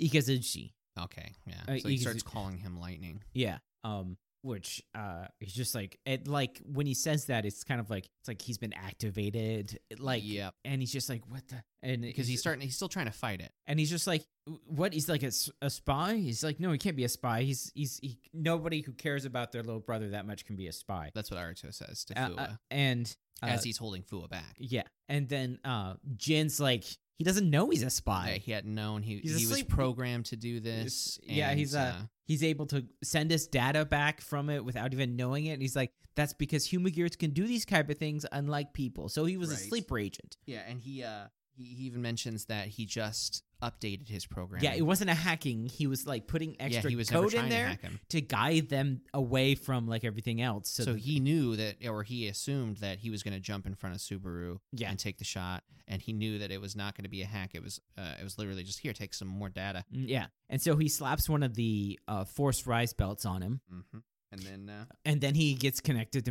Ikazuchi. Okay, yeah. Uh, so he he's- starts calling him Lightning. Yeah. Um, which uh, he's just like it. Like when he says that, it's kind of like it's like he's been activated. it, Like yeah, and he's just like what the and because he's he's- starting. He's still trying to fight it. and he's just like what he's like a, s- a spy. He's like no, he can't be a spy. He's he's he, nobody who cares about their little brother that much can be a spy. That's what Aruto says to Uh, Fua uh, and uh, as he's holding Fua back. Yeah. And then uh Jin's like he doesn't know he's a spy. that he hadn't known he He's he was asleep. programmed to do this. yeah, and, he's, uh, He's able to send us data back from it without even knowing it. And he's like, that's because human gears can do these type of things unlike people. So he was a Right. sleeper agent. yeah, and he uh he, he even mentions that he just updated his program. Yeah, it wasn't a hacking. He was like putting yeah, extra he was never code trying in to there hack him. to, guide them away from like everything else. So, So, that- he knew that, or he assumed that he was going to jump in front of Subaru Yeah. and take the shot, and he knew that it was not going to be a hack. It was, uh, it was literally just here, take some more data. Mm, yeah. And so he slaps one of the uh, force rise belts on him. Mm-hmm. and then uh, And then he gets connected to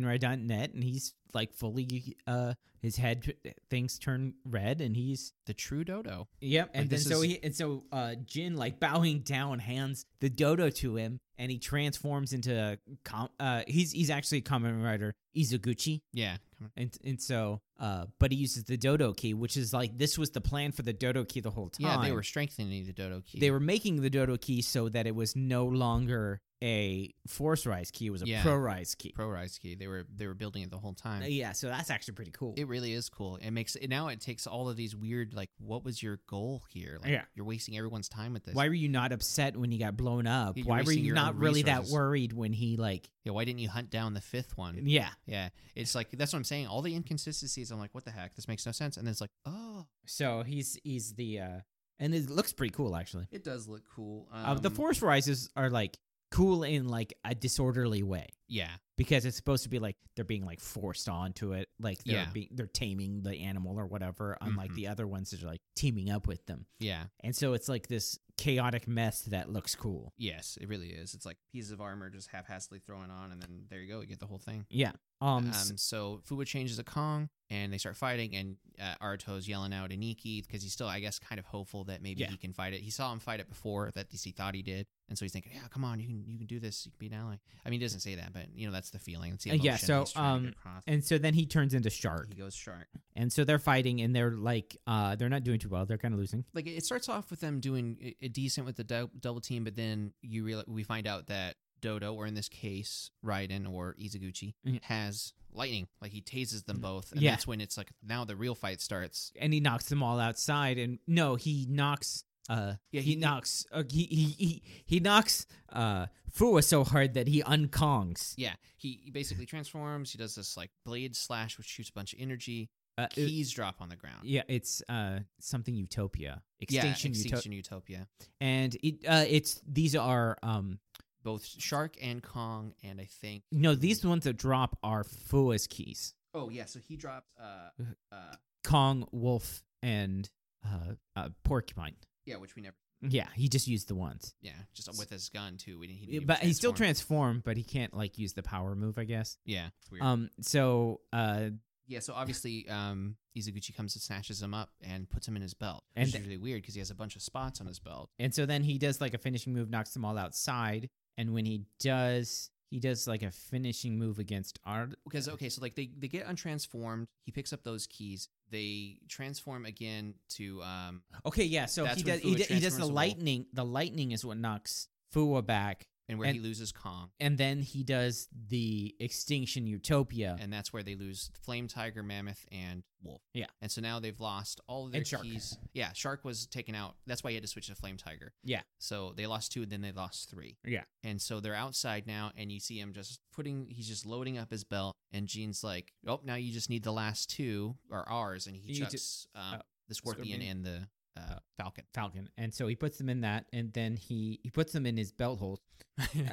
Metsubojinrai.net, and he's like fully, uh, his head things turn red, and he's the true dodo. Yep, and then this so is- he and so uh Jin like bowing down hands the dodo to him, and he transforms into a com- uh he's he's actually a common writer Izaguchi, Yeah, come on. and and so uh but he uses the dodo key, which is like this was the plan for the dodo key the whole time. yeah, they were strengthening the dodo key. they were making the dodo key so that it was no longer a force rise key, it was a Yeah. pro rise key. pro rise key. They were they were building it the whole time. yeah, so that's actually pretty cool. It really is cool. It makes it now it takes all of these weird like what was your goal here? Like Yeah. you're wasting everyone's time with this. why were you not upset when he got blown up? You're Why were wasting you your not own really that resources. Mm. worried when he like yeah, why didn't you hunt down the fifth one? yeah. Yeah. It's like that's what I'm saying. All the inconsistencies, I'm like, what the heck? This makes no sense. And then it's like, oh So he's he's the uh and it looks pretty cool actually. it does look cool. Um, uh, the force rises are like cool in like a disorderly way Yeah. because it's supposed to be like they're being like forced onto it, like they're Yeah. being they're taming the animal or whatever, unlike Mhm. the other ones that are like teaming up with them. Yeah. And so it's like this chaotic mess that looks cool. Yes, it really is. It's like pieces of armor just haphazardly thrown on and then there you go, you get the whole thing. Yeah. Um, Um, s- so Fuwa changes to Kong, and they start fighting, and uh, Aruto's yelling out Aniki because he's still, I guess, kind of hopeful that maybe Yeah. he can fight it. He saw him fight it before, that at least he thought he did, and so he's thinking, "Yeah, come on, you can, you can do this. You can be an ally." I mean, he doesn't say that, but you know, that's the feeling. It's the Uh, emotion yeah, so, he's trying to um, get across. and so then he turns into shark. he goes shark. And so they're fighting and they're like uh they're not doing too well. They're kind of losing. Like it starts off with them doing i- i- decent with the dou- double team, but then you real we find out that Dodo, or in this case Raiden or Izaguchi, Yeah. has lightning. Like he tases them both, and Mm-hmm. Yeah. that's when it's like now the real fight starts. and he knocks them all outside and no he knocks uh Yeah, he, he- knocks uh, he, he he he knocks uh Fua so hard that he unkongs Yeah, he he basically transforms. He does this like blade slash, which shoots a bunch of energy. uh, it- Keys drop on the ground. yeah it's uh something utopia Yeah, extinction, utopia Extinction Utopia. and it uh it's these are um Both Shark and Kong, and I think. no these ones that drop are Fua's keys Oh yeah, so he dropped. Uh, uh, Kong wolf and uh, uh porcupine yeah, which we never. yeah he just used the ones Yeah, just with his gun too. We didn't. He didn't Yeah, even but he's still transform. transformed but he can't like use the power move I guess Yeah, it's weird. um so uh yeah, so obviously, um, Izaguchi comes and snatches him up and puts him in his belt, which And is th- really weird because he has a bunch of spots on his belt. And so then he does like a finishing move, knocks them all outside. And when he does, he does like a finishing move against Art. because okay, so like they they get untransformed. He picks up those keys. They transform again to um Okay, yeah. So That's he when does. He, Fua d- he does transforms the the wolf. lightning. The lightning is what knocks Fua back. and where he And- loses Kong, And then he does the extinction utopia. and that's where they lose Flame Tiger, Mammoth, and Wolf. Yeah. and so now they've lost all of their And Shark. keys. Yeah, Shark was taken out. That's why he had to switch to Flame Tiger. Yeah. so they lost two, and then they lost three. Yeah. and so they're outside now, and you see him just putting. He's just loading up his belt, and Gene's like, "Oh, now you just need the last two are ours," and he You ju- chucks um, uh, the scorpion, Scorpion. Oh. and the uh, falcon. Falcon. And so he puts them in that, and then he he puts them in his belt hole.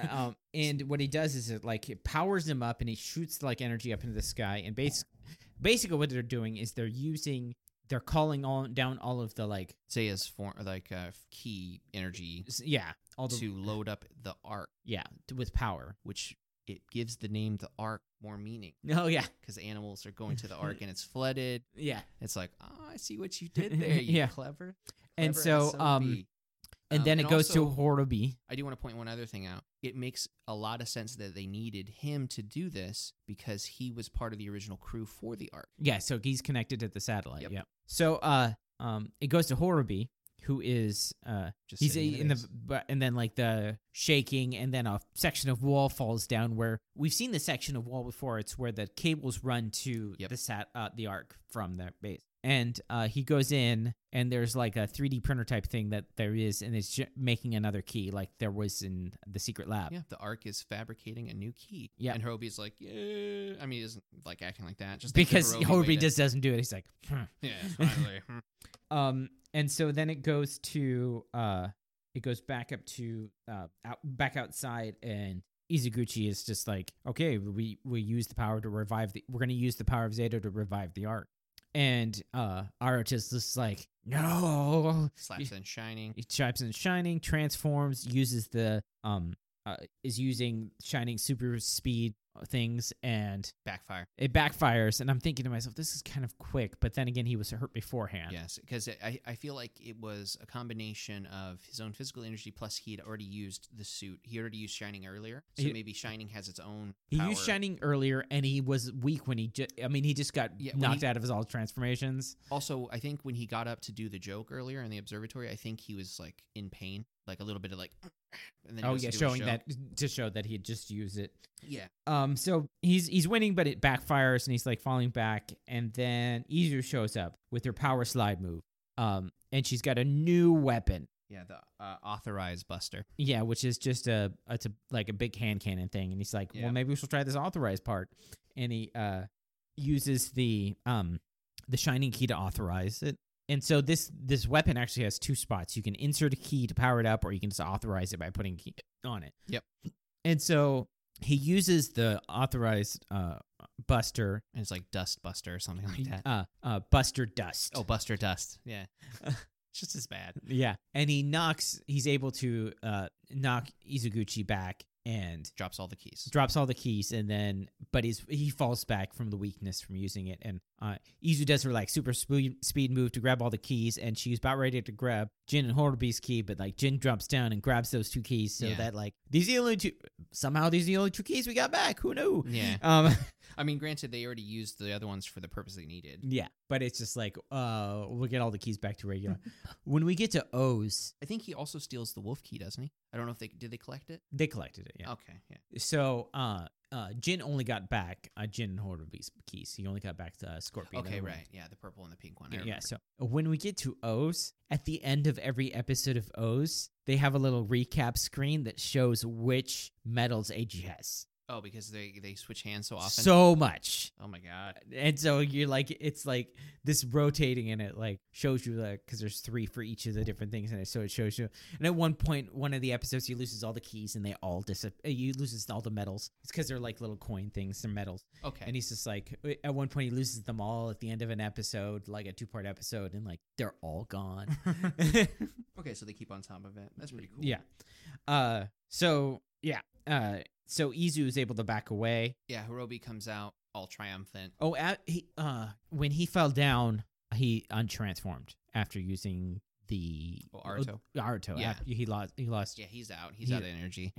um, and what he does is it like it powers them up, and he shoots like energy up into the sky. And basic, basically, what they're doing is they're using they're calling all down all of the like Seiya's form, like uh, key energy s- yeah all the to load up the arc, yeah t- with power. which it gives the name the arc more meaning Oh yeah, because animals are going to the arc and it's flooded. yeah. It's like, oh, I see what you did there. You Yeah. clever. And clever so, SOB." um, And Um, then and it goes also- to Horobi. I do want to point one other thing out. It makes a lot of sense that they needed him to do this because he was part of the original crew for the arc. Yeah, so he's connected to the satellite. Yep. Yeah. So uh, um, it goes to Horobi, who is uh, Just he's saying a- it in is. the but and then like the shaking, and then a section of wall falls down where we've seen the section of wall before. It's where the cables run to Yep. the sat uh, the arc from their base. And uh, he goes in, and there's like a 3D printer type thing that there is, and it's ju- making another key, like there was in the secret lab. Yeah, uh, the arc is fabricating a new key. Yeah. and Hirobi's like, yeah. I mean, he isn't like acting like that. Just because Horobi Horobi just doesn't do it. He's like, "Hmm." Yeah, finally. Hmm. um, and so then it goes to uh, it goes back up to uh, out, back outside, and Izaguchi is just like, okay, we we use the power to revive the, we're gonna use the power of Zeta to revive the arc, and uh, Aruto's just like, no, Slaps in shining. he chimes in shining, transforms, uses the um uh, is using shining super speed things and Backfire. it backfires and i'm thinking to myself this is kind of quick but then again he was hurt beforehand Yes, because I, I feel like it was a combination of his own physical energy plus he had already used the suit. He already used Shining earlier, so He- maybe Shining has its own. he power. used shining earlier and he was weak when he ju- i mean he just got Yeah, when knocked he- out of his all transformations Also, I think when he got up to do the joke earlier in the observatory, I think he was like in pain, like a little bit of like. And then he oh goes to do yeah his showing show. that to show that he had just used it Yeah, Um, so he's he's winning, but it backfires, and he's like falling back, and then Izu shows up with her power slide move. Um, and she's got a new weapon. yeah, the uh, authorized Buster. Yeah, which is just a it's a like a big hand cannon thing, and he's like, Yeah. well, maybe we should try this authorized part, and he uh uses the um the shining key to authorize it. And so this this weapon actually has two spots. You can insert a key to power it up, or you can just authorize it by putting a key on it. Yep. And so he uses the authorized uh Buster And it's like Dust Buster or something like that. uh, uh, Buster Dust. Oh, Buster Dust. Yeah, it's just as bad. yeah. And he knocks. He's able to uh, knock Izuguchi back and Drops all the keys. drops all the keys. And then, but he's he falls back from the weakness from using it. And uh, Izu does her like super speed speed move to grab all the keys, and she's about ready to grab Jin and Horobi's key, but like Jin drops down and grabs those two keys, so Yeah. that like these are the only two. Somehow these are the only two keys we got back. Who knew? Yeah, Um, I mean, granted, they already used the other ones for the purpose they needed. yeah, but it's just like uh, we'll get all the keys back to regular. when we get to O's, I think he also steals the wolf key, doesn't he? I don't know if they did they collect it. They collected it, yeah. Okay, yeah. So, uh, uh, Jin only got back uh, Jin and Horderby's keys. He only got back the uh, Scorpion. Okay, and- right. Yeah, the purple and the pink one. I Yeah, remember. So when we get to O's, at the end of every episode of O's, they have a little recap screen that shows which medals AG has. Oh, because they they switch hands so often. So much. oh my god. And so you're like, it's like this rotating, and it like shows you like because there's three for each of the different things, and it so it shows you. And at one point, one of the episodes, he loses all the keys, and they all disappear. He loses all the medals. It's because they're like little coin things, they're medals. Okay. And he's just like, eh, at one point, he loses them all at the end of an episode, like a two part episode, and like they're all gone. okay, so they keep on top of it. That's pretty cool. Yeah. Uh. So yeah. Uh. So Izu is able to back away. Yeah. Hirobi comes out all triumphant. Oh, at, he uh, when he fell down, he untransformed after using the Oh, Aruto. uh, Aruto, Yeah. yeah. he lost. He lost. Yeah, he's out. He's He- out of energy.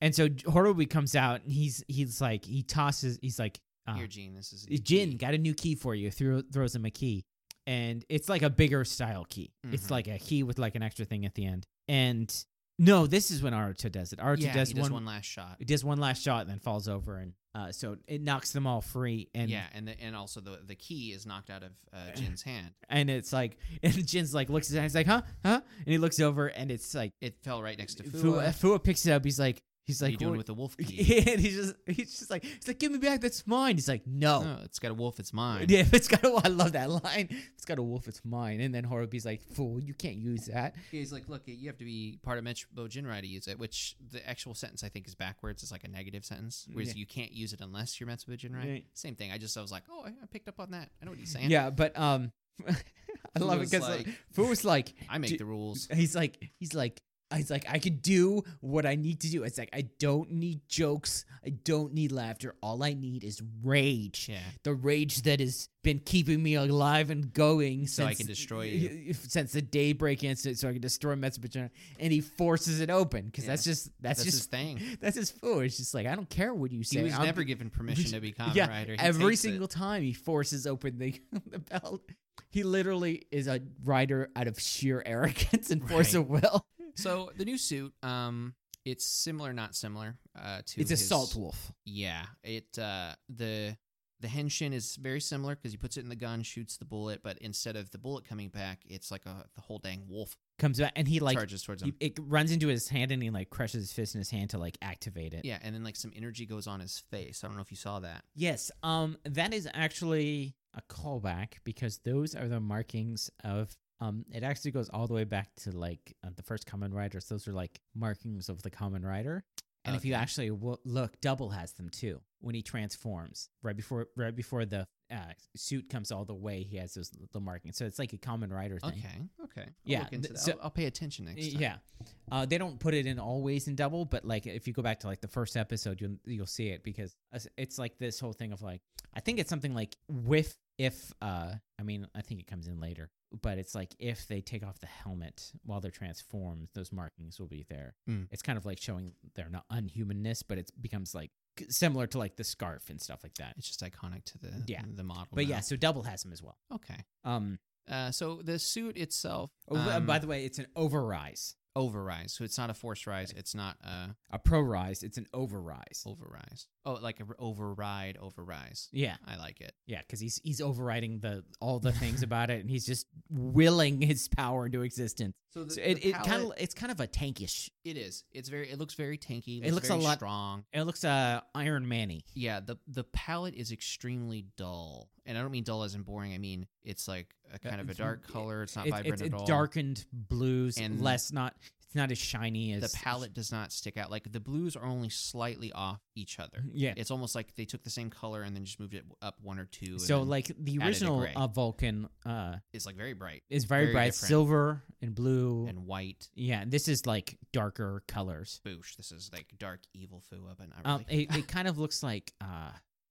And so Horobi comes out, and he's he's like he tosses. He's like, uh, Here, Gene. This is a Jin key. got a new key for you. Throw, throws him a key, and it's like a bigger style key. Mhm. It's like a key with like an extra thing at the end. And no, this is when Aruto does it. Aruto yeah, does, he does one, one last shot. He does one last shot and then falls over, and uh, so it knocks them all free. And yeah, and the, and also the the key is knocked out of uh, Jin's hand. and it's like and Jin's like looks at him, he's like, huh? Huh? And he looks over and it's like It fell right next to Fua. Fua, what Fua picks it up, he's like he's are like you doing "What-" with the wolf key? and he's just he's just like he's like, Give me back, that's mine. He's like, No. Oh, it's got a wolf. It's mine. Yeah, if it's got a I love that line. If it's got a wolf, it's mine. And then Horobi's like, Fool, you can't use that. He's like, look, you have to be part of Metro Jinrai to use it, which the actual sentence I think is backwards. It's like a negative sentence, whereas Mm, Yeah. you can't use it unless you're Metro Jinrai. Right. Same thing. I just I was like, oh, I, I picked up on that. I know what he's saying. Yeah, but um I Fu love it was because like- like, Fua's like I make "D- the rules. He's like, he's like, he's like, I can do what I need to do. It's like I don't need jokes. I don't need laughter. All I need is rage. Yeah. The rage that has been keeping me alive and going So I since- can destroy you. since the daybreak incident. So I can destroy Mesopotamia, and he forces it open because Yeah. that's just that's, That's his just thing. that's his fool. It's just like I don't care what you say. He was I'll never be- given permission to become yeah, a writer. He every takes it. single time he forces open the, the belt. He literally is a writer out of sheer arrogance and force Right. of will. So the new suit, um, it's similar, not similar, uh, to It's a his- salt wolf. Yeah, it uh the the henshin is very similar because he puts it in the gun, shoots the bullet, but instead of the bullet coming back, it's like a the whole dang wolf Comes back and he like charges towards him. he, it runs into his hand and he like crushes his fist in his hand to like activate it. yeah, and then like some energy goes on his face. I don't know if you saw that. Yes. Um. That is actually a callback because those are the markings of. Um. It actually goes all the way back to like uh, the first common writers. Those are like markings of the common writer. And if you Okay. actually w- look, Double has them too when he transforms right before right before the uh, suit comes all the way. He has those little markings, so it's like a common rider thing. Okay. Okay. I'll Yeah, look into th- that. so- I'll, I'll pay attention next time. Yeah, uh, they don't put it in always in double, but like if you go back to like the first episode, you'll you'll see it because it's- it's like this whole thing of like I think it's something like with if uh I mean I think it comes in later, but it's like if they take off the helmet while they're transformed, those markings will be there. Mm. It's kind of like showing their not unhumanness, but it becomes like c- similar to like the scarf and stuff like that. It's just iconic to the Yeah. the model. But now. yeah, so double has them as well. Okay. Um, Uh, so the suit itself. oh, b- um, by the way, it's an overrise, overrise. So it's not a force rise. It's not a a pro rise. It's an overrise. overrise. Oh, like a r- override, overrise. Yeah. I like it. Yeah, because he's he's overriding the all the things about it, and he's just willing his power into existence. So, the, So it the it kind of palette- it's kind of a tankish. it is. It's very. It looks very tanky. It looks a very lot- strong. It looks uh Iron Manny. Yeah. The the palette is extremely dull, and I don't mean dull as in boring. I mean it's like a kind of a Uh, it's- dark color. It's not It's- vibrant it's, at it's all. darkened blues, And- less not it's not as shiny as The palette does not stick out. Like the blues are only slightly off each other. Mm-hmm. Yeah. It's almost like they took the same color and then just moved it up one or two. and So then like the added a original gray. uh, Vulcan uh it's like very bright is very, Very bright, different. silver and blue. and white. yeah, and this is like darker colors. Boosh. This is like dark evil foo but not Um, really. it, it kind of looks like uh,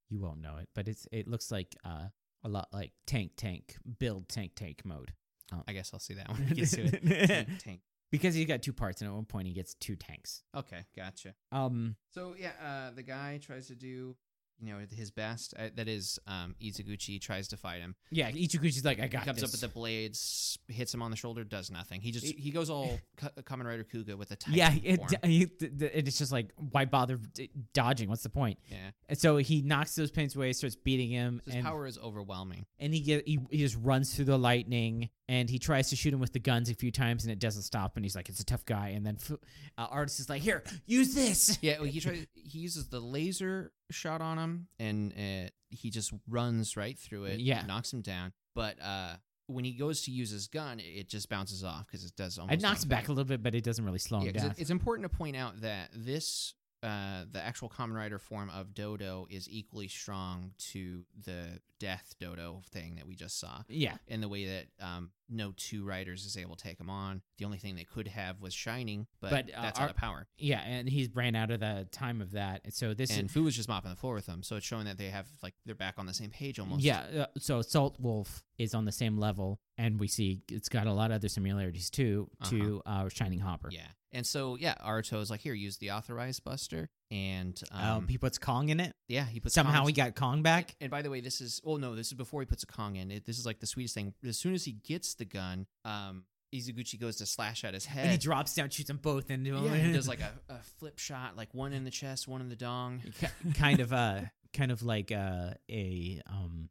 you won't know it, but it's it looks like uh, a lot like tank tank build tank tank mode. I guess I'll see that when we get to it. Tank, tank. because he's got two parts, and at one point he gets two tanks. Okay, gotcha. Um, So yeah, uh, the guy tries to do, you know, his best. Uh, that is, um, Izaguchi tries to fight him. yeah, Ichiguchi's like, I got comes this. up with the blades, hits him on the shoulder, does nothing. He just he goes all K- Kamen Rider Kuga with the titan yeah, it, form. he- th- th- it's just like why bother d- dodging? What's the point? yeah. And so he knocks those paints away, starts beating him, His and power is overwhelming. and he get he, he just runs through the lightning and he tries to shoot him with the guns a few times and it doesn't stop and he's like it's a tough guy and then f- uh, artist is like here use this Yeah, well, he tries. He uses the laser shot on him, and uh, he just runs right through it. Yeah. knocks him down. But uh, when he goes to use his gun, it- it just bounces off because it does. Almost it knocks him nothing. back a little bit but it doesn't really slow him Yeah, 'cause down it- it's important to point out that this, uh, the actual Kamen Rider form of Dodo, is equally strong to the Death Dodo thing that we just saw. yeah In the way that um, no two riders is able to take him on. The only thing they could have was Shining, but, But, uh, that's our- out of power. yeah and he's ran out of the time of that and so this And is Fu was just mopping the floor with them, so it's showing that they have like they're back on the same page almost. yeah uh, so salt wolf is on the same level and we see it's got a lot of other similarities too to uh, shining hopper Uh-huh. yeah. And so yeah, Aruto is like, here, use the authorized Buster, and um, um, he puts kong in it yeah, he puts somehow Kong's- he got kong back And by the way, this is oh no, this is before he puts a Kong in. It, this is like the sweetest thing. As soon as he gets the gun, um, Izaguchi goes to slash at his head. and he drops down shoots them both into him yeah, he does like a, a flip shot, like one in the chest, one in the dong. Ki- kind of uh kind of like uh, a um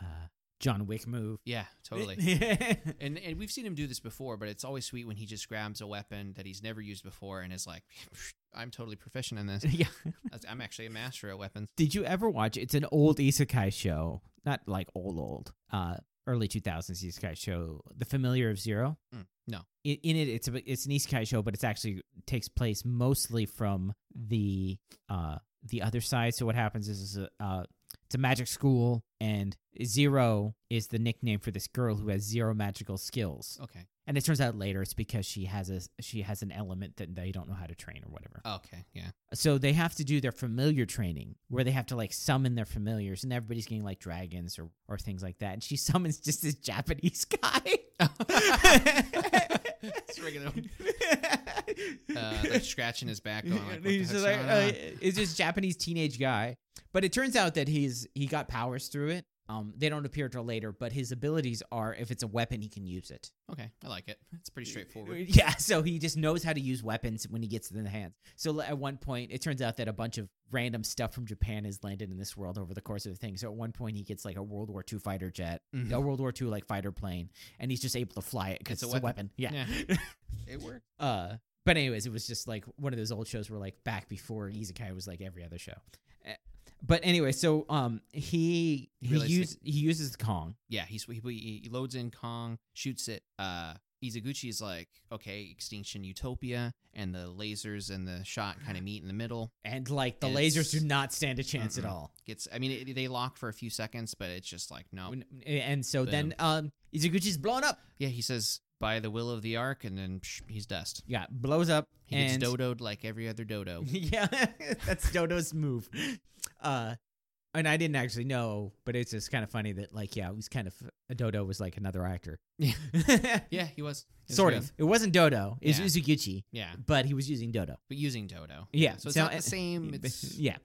uh John Wick move. Yeah, totally. yeah, And and we've seen him do this before, but it's always sweet when he just grabs a weapon that he's never used before and is like, "I'm totally proficient in this. I'm actually a master at weapons." Did you ever watch it's an old isekai show, not like old old, uh early 2000s isekai show, The Familiar of Zero? Mm, no. In, in it it's a, it's an isekai show, but it's actually takes place mostly from the uh the other side. So what happens is, is a, uh it's a magic school and Zero is the nickname for this girl who has zero magical skills. Okay, And it turns out later it's because she has a she has an element that they don't know how to train or whatever. okay, yeah, So they have to do their familiar training where they have to like summon their familiars and everybody's getting like dragons or or things like that. And she summons just this Japanese guy. It's regular. uh, like scratching his back, going like, "What And the he's heck's just like, going uh, on?" it's just Japanese teenage guy. But it turns out that he's he got powers through it. Um, they don't appear till later, but his abilities are if it's a weapon, he can use it. Okay, I like it. It's pretty straightforward. Yeah, so he just knows how to use weapons when he gets it in the hands. So l- at one point, it turns out that a bunch of random stuff from Japan has landed in this world over the course of the thing. So at one point, he gets like a World War II fighter jet, Mhm. a World War II like fighter plane, and he's just able to fly it because it's, a, weapon. Yeah. It worked. Uh, but anyways, it was just like one of those old shows where like back before Izakai was like every other show. Eh, But anyway, so um, he he Realistic. use, he uses Kong. Yeah, he's, he, he he loads in Kong, shoots it, uh, Izaguchi is like, okay, extinction utopia, and the lasers and the shot kind of meet in the middle. And like the It's- lasers do not stand a chance Mm-mm. at all. Gets, I mean, it, they lock for a few seconds, but it's just like, no. When- And so then um Izaguchi's blown up. Yeah, he says by the will of the arc, and then psh, he's dust. Yeah, blows up He and gets dodoed like every other dodo. yeah, that's Dodo's move. Uh, and I didn't actually know, but it's just kind of funny that like yeah, it was kind of uh, Dodo was like another actor. Yeah. yeah, he was It was sort weird. of. It wasn't Dodo. It was Yeah. Izaguchi, Yeah, but he was using Dodo. but using dodo. Yeah, so it's so- not the same. It's yeah.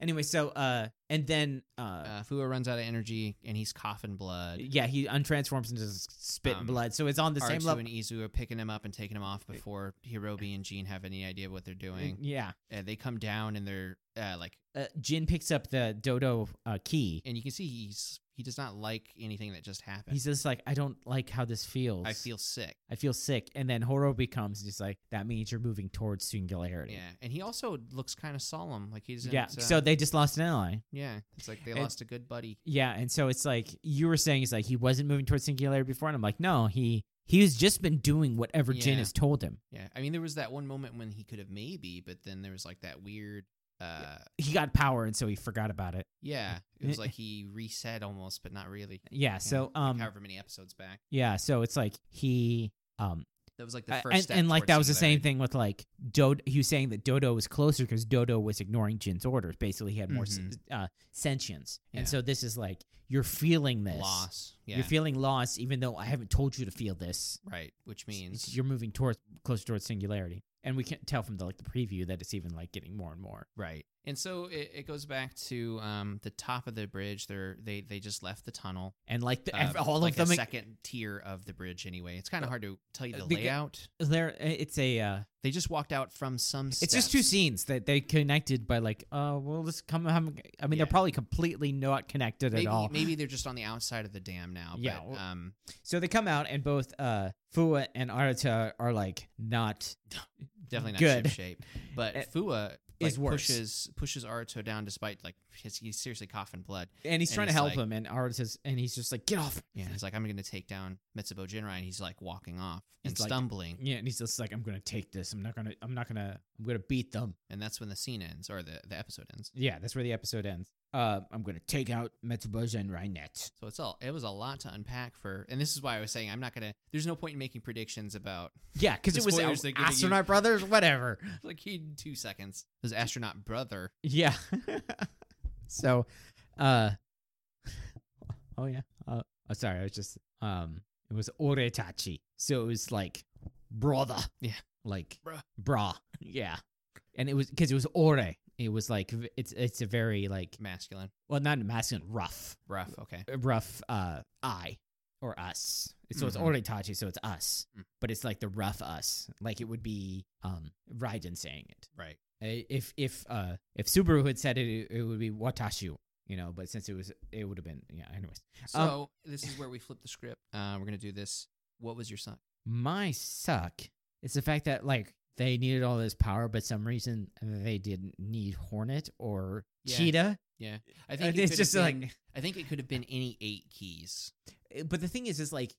Anyway, so uh, and then uh, uh, Fua runs out of energy, and he's coughing blood. yeah, he untransforms into s- spit and Um, blood. So it's on the R2 same level. and E Izu are picking him up and taking him off before Hirobi and Jean have any idea what they're doing. Yeah. And they come down and they're uh, like, Uh, Jin picks up the Dodo uh, key. and you can see he's he does not like anything that just happened. He's just like, I don't like how this feels. I feel sick. I feel sick. And then Horobi comes and just like, that means you're moving towards singularity. Yeah, and he also looks kind of solemn, like he doesn't. Yeah, uh, so they just lost an ally. yeah, it's like they and- lost a good buddy. Yeah, and so it's like you were saying, it's like he wasn't moving towards singularity before, and I'm like, no, he he's just been doing whatever Jin Yeah. has told him. Yeah, I mean there was that one moment when he could have maybe, but then there was like that weird. Uh, He got power, and so he forgot about it. yeah, it was like he reset almost, but not really. Yeah, Yeah, so like um, however many episodes back, yeah, so it's like he um, that was like the a- first. and, step and like towards that was the same singularity. thing with like Dodo. He was saying that Dodo was closer because Dodo was ignoring Jin's orders. Basically, he had more sen- uh, sentience, Mm-hmm. Yeah. and so this is like you're feeling this. Loss. Yeah, You're feeling lost, even though I haven't told you to feel this. right, which S- means you're moving towards closer towards singularity and we can't tell from the like the preview that it's even like getting more and more Right. And so it, it goes back to um, the top of the bridge. They're they they just left the tunnel. and like the, uh, ev- E, all like of a them second tier of the bridge anyway. It's kind of hard to tell you the uh, beca- layout. there it's a uh, They just walked out from some. it's just two steps. scenes that they connected by like uh well let's come have, i mean they're Yeah. probably completely not connected Maybe at all maybe they're just on the outside of the dam now. Yeah, But, well- um. so they come out and both uh fua and arata are like not Definitely not Good. ship shape. But It- Fua is like, worse. pushes pushes Aruto down despite like his, he's seriously coughing blood. and he's And trying to it's help like- him and arata's and he's just like get off Yeah. He's like I'm going to take down Mitsubo Jinrai, and he's like walking off and He's like- stumbling. yeah and he's just like i'm gonna take this i'm not gonna i'm not gonna i'm gonna beat them And that's when the scene ends or the the episode ends. Yeah, that's where the episode ends. Uh, I'm gonna take out Metsuboja and Rainet. So it's all it was a lot to unpack for, and this is why I was saying I'm not gonna. There's no point in making predictions about Yeah, because The it was spoilers uh, they're giving you. Astronaut Brothers, whatever. like in two seconds. His astronaut brother. Yeah. so, uh, oh yeah. Uh, oh, sorry, I was just um, it was Oretachi. So it was like brother. Yeah. Like Bruh. bra. Yeah. And it was because it was Ore. It was like v- it's it's a very like Masculine, well not masculine rough rough. Okay, rough uh I or us. So it's Mhm. Oritachi, so it's us. Mm. But it's like the rough us. Like it would be um Raiden saying it. right. I- If if uh if Subaru had said it it would be Watashu, you know, but since it was it would have been yeah, anyways. So this is where we flip the script. Uh, we're gonna do this. What was your son? My suck is the fact that like they needed all this power, but some reason they didn't need Hornet or Yeah. Cheetah. I And it it's could've just been- like, eh, I think it could have been any eight keys. but the thing is, is like,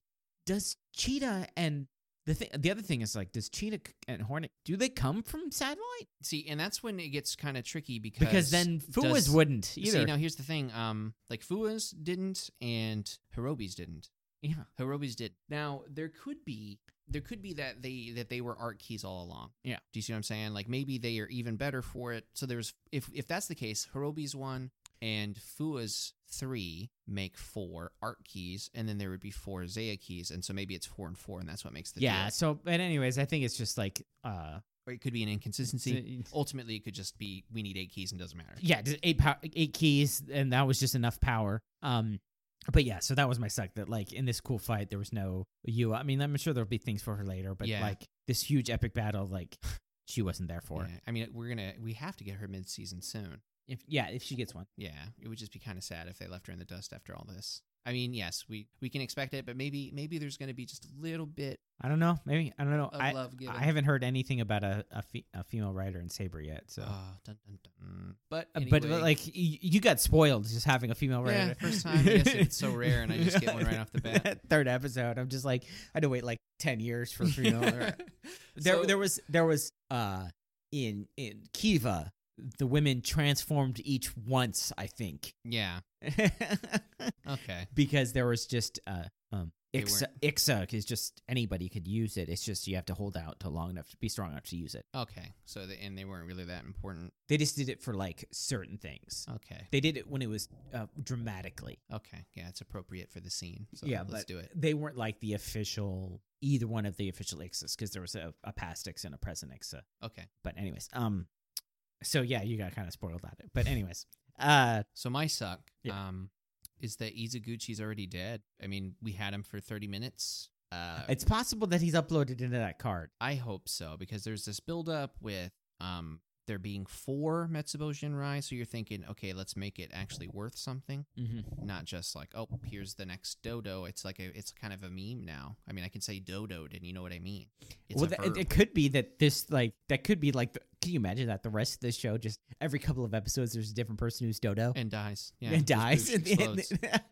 does Cheetah and the thing, the other thing is like, does Cheetah c- and Hornet do they come from satellite? See, and that's when it gets kind of tricky because Because then Fuas does- wouldn't you either. See, now here's the thing. Um, like Fua's didn't, and Hirobi's didn't. yeah, Hirobi's did. Now there could be there could be that they that they were art keys all along. Yeah. Do you see what I'm saying? Like maybe they are even better for it. So there's if if that's the case, Hirobi's one and Fua's three make four art keys, and then there would be four Zaya keys, and so maybe it's four and four, and that's what makes the yeah. deal. So, but anyways, I think it's just like, uh, Or it could be an inconsistency. d- Ultimately, it could just be we need eight keys and it doesn't matter. yeah, just eight pow- eight keys, and that was just enough power. Um, but yeah, so that was my suck. That like in this cool fight, there was no you. I mean, I'm sure there'll be things for her later, but Yeah. like this huge epic battle, like she wasn't there for. Yeah. I mean, we're gonna we have to get her mid season soon. If yeah, if she gets one. Yeah, it would just be kind of sad if they left her in the dust after all this. I mean, yes, we we can expect it, but maybe maybe there's going to be just a little bit I don't know. Maybe I don't know. of I love given. I haven't heard anything about a a, fe- a female writer in Saber yet. So, Ah, dun, dun, dun. But Uh, anyway, but, but like y- you got spoiled just having a female Yeah, writer. first time, I guess if it's so rare and I just get one right off the bat. That Third episode, I'm just like I had to wait like ten years for a female. writer. there So- there was there was uh in in Kiva the women transformed each once I think yeah. Okay. because there was just uh um They Ixa Ixa is just anybody could use it it's just you have to hold out to long enough to be strong enough to use it Okay. So the, and they weren't really that important. they just did it for like certain things Okay. they did it when it was uh, dramatically Okay. Yeah, it's appropriate for the scene. So Yeah, let's but- do it. they weren't like the official either one of the official Ixas because there was a, a past Ixa and a present Ixa Okay. but anyways um so yeah you got kind of spoiled at it but anyways uh So my suck Yeah. um is that Izaguchi's already dead. I mean, we had him for 30 minutes. Uh It's possible that he's uploaded into that card. I hope so because there's this buildup with um there being four Metsubo Jinrai, so you're thinking, okay, let's make it actually worth something, Mm-hmm. not just like, oh, here's the next dodo. It's like a, it's kind of a meme now. I mean, I can say dodoed, and you know what I mean. It's Well, a that, verb. it, it could be that this like that could be like. The, can you imagine that the rest of this show just every couple of episodes there's a different person who's Dodo and dies. Yeah, just and dies. boosh, explodes. And,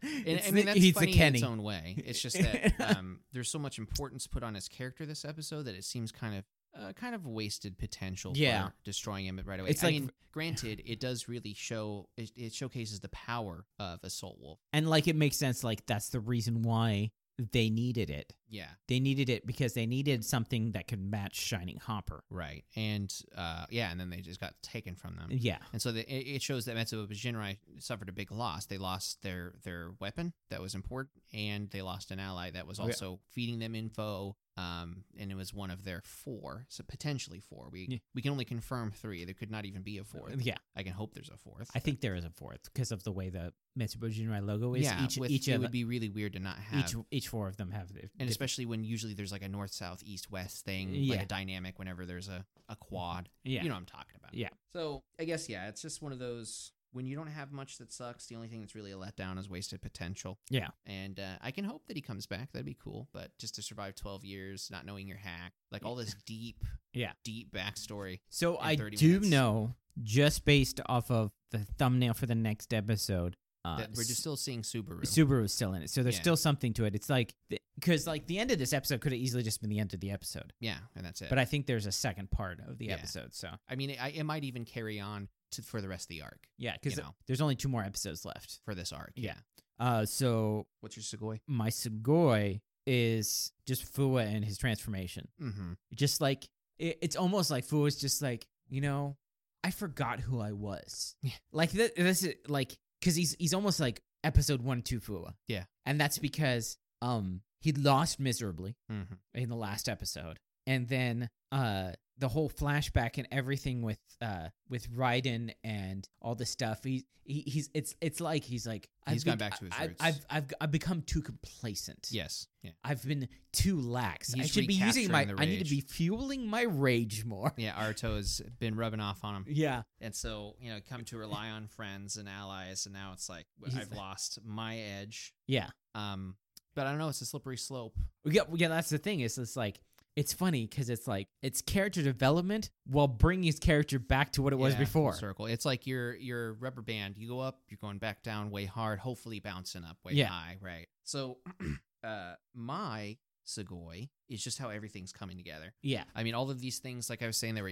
I mean, that's funny in its own way. It's just that um, there's so much importance put on his character this episode that it seems kind of. Uh, kind of wasted potential Yeah. for destroying him right away. It's I like- mean, granted, it does really show it, it showcases the power of Assault Wolf. and like it makes sense. Like that's the reason why they needed it. Yeah, They needed it because they needed something that could match Shining Hopper. right. And uh, yeah, and then they just got taken from them. Yeah, And so the, it it shows that Metsubo Jinrai suffered a big loss. They lost their their weapon that was important, and they lost an ally that was Oh, yeah. also feeding them info. Um, and it was one of their four, so potentially four. We Yeah. we can only confirm three. There could not even be a fourth. yeah. I can hope there's a fourth. I think there is a fourth because of the way the Mitsubishi Jinrai logo is. yeah, each with, each it of would be really weird to not have. each each four of them have. their and different- especially when usually there's like a north, south, east, west thing, like Yeah. a dynamic whenever there's a, a quad. yeah. You know what I'm talking about. Yeah. So I guess yeah, it's just one of those when you don't have much that sucks. The only thing that's really a letdown is wasted potential. Yeah. And uh, I can hope that he comes back. That'd be cool. But just to survive 12 years, not knowing your hack, like all this deep, Yeah. deep backstory. So in I 30 do minutes. know, just based off of the thumbnail for the next episode, uh, That we're just S- still seeing Subaru. Subaru's still in it. So there's Yeah. still something to it. It's like because like the end of this episode could have easily just been the end of the episode, yeah, and that's it. but I think there's a second part of the Yeah. episode. So I mean, it, I, it might even carry on to for the rest of the arc yeah, because You know. there's only two more episodes left. for this arc. Yeah. Uh, so What's your Sugoi? my Sugoi is just Fua and his transformation. Mm-hmm. Just like it, it's almost like Fua's just like you know, I forgot who I was. Yeah. Like th- this is like because he's he's almost like episode one two Fua. Yeah. and that's because um he lost miserably Mm-hmm. in the last episode, and then uh the whole flashback and everything with uh with Raiden and all this stuff. He, he he's it's it's like he's like He's gone bec- back to his I- roots. I've, I've I've become too complacent. Yes. Yeah. I've been too lax. I He's should be using my. recapturing the I need to be rage. fueling my rage more. Yeah. Aruto has been rubbing off on him. Yeah, And so, you know, come to rely on friends and allies, and now it's like w- He's- I've lost my edge. yeah, Um, but I don't know. It's a slippery slope. yeah. well, yeah that's the thing. Is it's like it's funny because it's like it's character development while bringing his character back to what it was Yeah, full before. Circle. It's like your your rubber band. You go up, you're going back down way hard. Hopefully, bouncing up way Yeah. high. Right. So, uh, my Segoy is just how everything's coming together. Yeah, I mean, all of these things, like I was saying, there were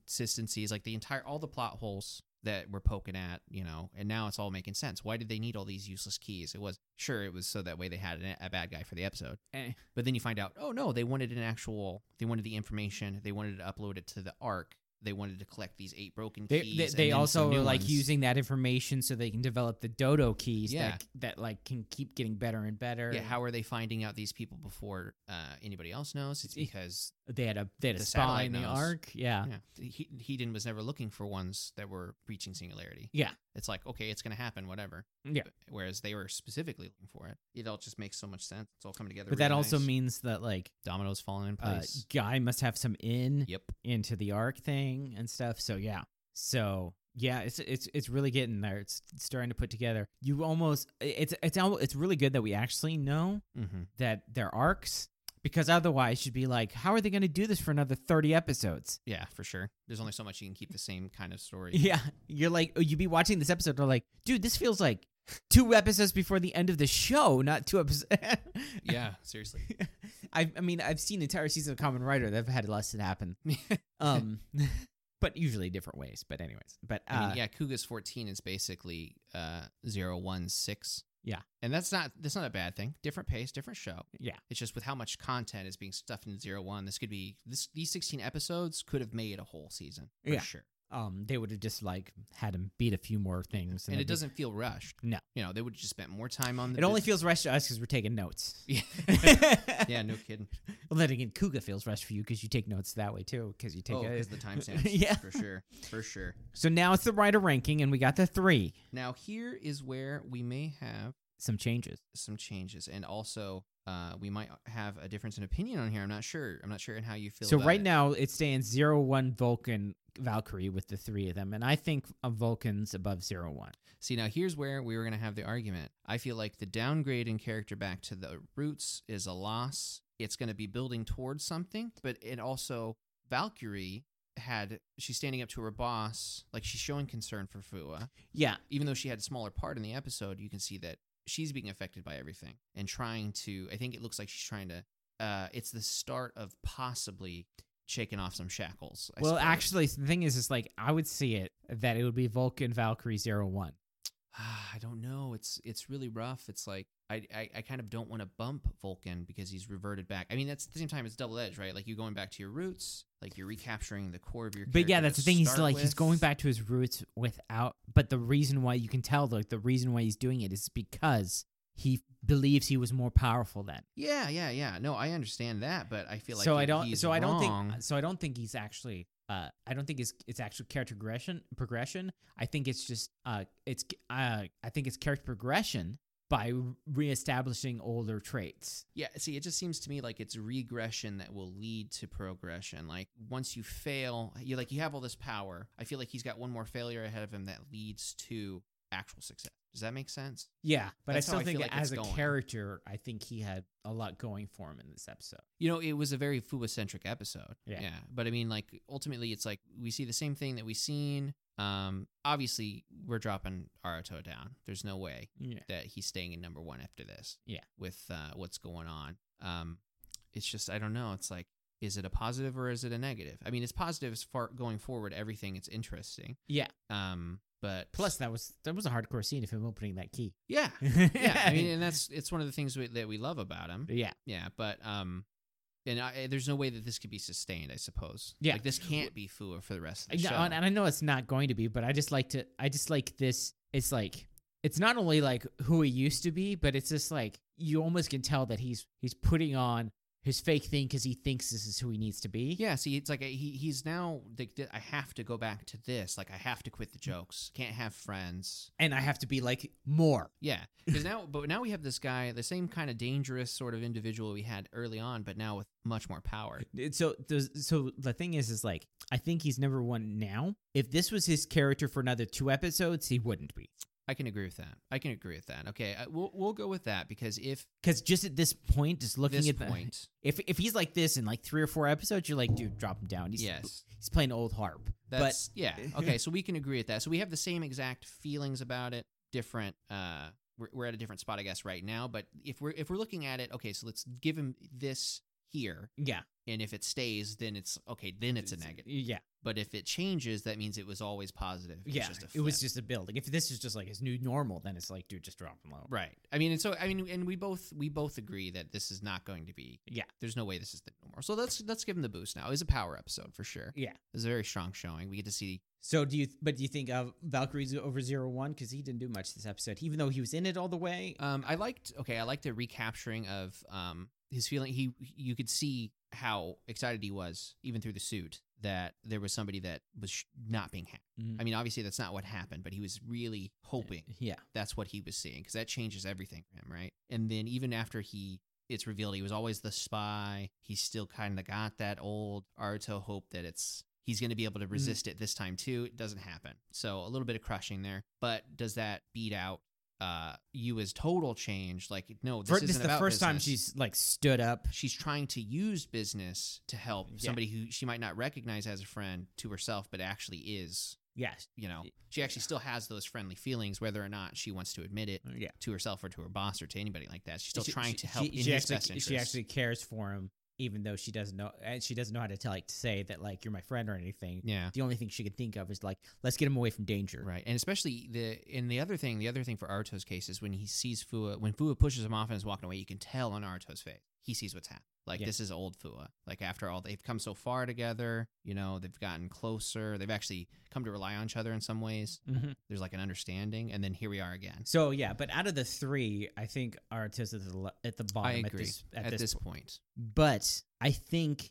inconsistencies, like the entire, all the plot holes that we're poking at, you know, and now it's all making sense. Why did they need all these useless keys? It was, sure, it was so that way they had an, a bad guy for the episode. Eh. But then you find out, oh no, they wanted an actual, they wanted the information, they wanted to upload it to the arc, they wanted to collect these eight broken they keys. they, and they then some also new are like ones. using that information so they can develop the dodo keys Yeah. that that like can keep getting better and better. Yeah, how are they finding out these people before uh, anybody else knows? It's Yeah. because they had a they had a The spy satellite in the knows. arc. Yeah. yeah, Uh, he, Hedon was never looking for ones that were reaching singularity. Yeah. it's like okay it's going to happen whatever Yeah. But- whereas they were specifically looking for it it all just makes so much sense it's all coming together But that really also nice. means that like dominoes falling in uh, place guy must have some in yep into the arc thing and stuff. So yeah. So Yeah, it's it's it's really getting there. It's, it's starting to put together. You almost it's it's al- it's really good that we actually know Mm-hmm. that they're arcs because otherwise you'd be like, how are they going to do this for another thirty episodes? Yeah, for sure. There's only so much you can keep the same kind of story. Yeah, you're like uh, you'd be watching this episode. They're like, dude, this feels like two episodes before the end of the show, not two episodes. yeah, seriously. I I mean, I've seen entire seasons of Common Writer that have had less that happen. Um, but usually different ways. But anyways, but uh, I mean, yeah, Kuga's 14 is basically uh 016. Yeah. And that's not that's not a bad thing. Different pace, different show. Yeah. It's just with how much content is being stuffed in zero one, this could be this these 16 episodes could have made a whole season for Yeah. sure. um, they would have just like had him beat a few more things, And it'd it be- doesn't feel rushed. No. You know, they would have just spent more time on the It only business- feels rushed to us because we're taking notes. Yeah. yeah. yeah, no kidding. Well, then again, Kuga feels rushed for you because you take notes that way too. Because you take Oh, a- because the timestamps. Yeah. For sure. For sure. So now it's the writer ranking, and we got the three. Now here is where we may have Some changes. some changes and also uh, we might have a difference in opinion on here. I'm not sure. I'm not sure in how you feel. So about right it. now it stands zero one Vulcan Valkyrie with the three of them, and I think a Vulcan's above zero one. See, now here's where we were going to have the argument. I feel like the downgrade in character back to the roots is a loss. It's going to be building towards something, but it also, Valkyrie had, she's standing up to her boss, like she's showing concern for Fua. Yeah, Even though she had a smaller part in the episode, you can see that she's being affected by everything and trying to, I think it looks like she's trying to, uh, it's the start of possibly shaking off some shackles. I well, suppose. actually, the thing is, is like I would see it that it would be Vulcan Valkyrie zero one. Ah, I don't know. It's it's really rough. It's like I, I, I kind of don't want to bump Vulcan because he's reverted back. I mean, that's at the same time it's double edged, right? Like you're going back to your roots, like you're recapturing the core of your. But yeah, character that's to the thing. He's start like he's with. going back to his roots without. But the reason why you can tell, like the reason why he's doing it is because he believes he was more powerful then. Yeah, yeah, yeah. No, I understand that, but I feel like so he- I don't. he's So I don't wrong. think. So I don't think he's actually. Uh, I don't think it's it's actual character progression. Progression. I think it's just. Uh, it's. Uh, I think it's character progression by reestablishing older traits. Yeah, see, it just seems to me like it's regression that will lead to progression. Like once you fail, you like you have all this power. I feel like he's got one more failure ahead of him that leads to actual success. Does that make sense? Yeah, but That's I how still I think feel like it's as a going. character, I think he had a lot going for him in this episode. You know, it was a very Fuwa-centric episode. Yeah. But I mean, like, ultimately, it's like we see the same thing that we've seen. Um, obviously, we're dropping Aruto down. There's no way Yeah. that he's staying in number one after this. Yeah. With uh, what's going on. Um, it's just, I don't know. It's like, is it a positive or is it a negative? I mean, it's positive as far going forward, everything. It's interesting. Yeah. Um, but Plus, that was that was a hardcore scene of him opening that key. yeah. Yeah. I mean, and that's, it's one of the things we, that we love about him. yeah. Yeah, but um, and I, there's no way that this could be sustained. I suppose. Yeah. like this can't be Fua for the rest of I the know- show. and and I know it's not going to be, but I just like to. I just like this. It's like it's not only like who he used to be, but it's just like you almost can tell that he's he's putting on his fake thing because he thinks this is who he needs to be. yeah, see, it's like I, he he's now like th- I have to go back to this. Like I have to quit the Mm-hmm. jokes. Can't have friends. and I have to be like more. Yeah, because now, but now we have this guy, the same kind of dangerous sort of individual we had early on, but now with much more power. It- So there's, so the thing is, is like I think he's number one now. If this was his character for another two episodes, he wouldn't be. I can agree with that. I can agree with that. Okay, I, we'll we'll go with that because if Because just at this point, just looking this at point, the, if if he's like this in like three or four episodes, you're like, dude, drop him down. He's, yes, he's playing old harp. but That's yeah. Okay, so we can agree at that. So we have the same exact feelings about it. Different. Uh, we're, we're at a different spot, I guess, right now. But if we're if we're looking at it, okay, so let's give him this here, Yeah. and if it stays, then it's okay. Then it's a negative. Yeah. But if it changes, that means it was always positive. It's Yeah. just a it was flip. just a building. If this is just like his new normal, then it's like, dude, just drop him low. right. I mean, and so I mean, and we both we both agree that this is not going to be. Yeah. There's no way this is the normal. So let's let's give him the boost now. It's a power episode for sure. Yeah. It's a very strong showing. We get to see So do you, but do you think of Valkyrie's over zero one? Because he didn't do much this episode, even though he was in it all the way. Um, I liked okay, I liked the recapturing of um his feeling. He you could see how excited he was even through the suit that there was somebody that was sh- not being hacked. Mm. I mean, obviously that's not what happened, but he was really hoping yeah. that's what he was seeing because that changes everything for him, right? And then even after he it's revealed he was always the spy, he still kind of got that old Arto hope that it's. he's going to be able to Mm-hmm. resist it this time too. It doesn't happen. So a little bit of crushing there, but does that beat out uh you as total change? Like no, this Fir- isn't this is the about first time business. she's like stood up. she's trying to use business to help Yeah. somebody who she might not recognize as a friend to herself, but actually is. Yes. You know, she actually still has those friendly feelings, whether or not she wants to admit it Yeah. to herself or to her boss or to anybody like that. She's Uh, still She- trying she- to help in She, she his actually, best interest. she actually cares for him, even though she doesn't know, and she doesn't know how to tell, like, to say that like you're my friend or anything. yeah. The only thing she could think of is like, let's get him away from danger. Right. And especially the and the other thing, the other thing for Aruto's case is when he sees Fua when Fua pushes him off and is walking away, you can tell on Aruto's face. He sees what's happened. Like Yeah. this is old Fua. Like after all they've come so far together, you know, they've gotten closer, they've actually come to rely on each other in some ways. Mhm. There's like an understanding, and then here we are again. So yeah, but out of the three, I think Artis is at the le- at the I bottom at agree. this at, this, point. point. But I think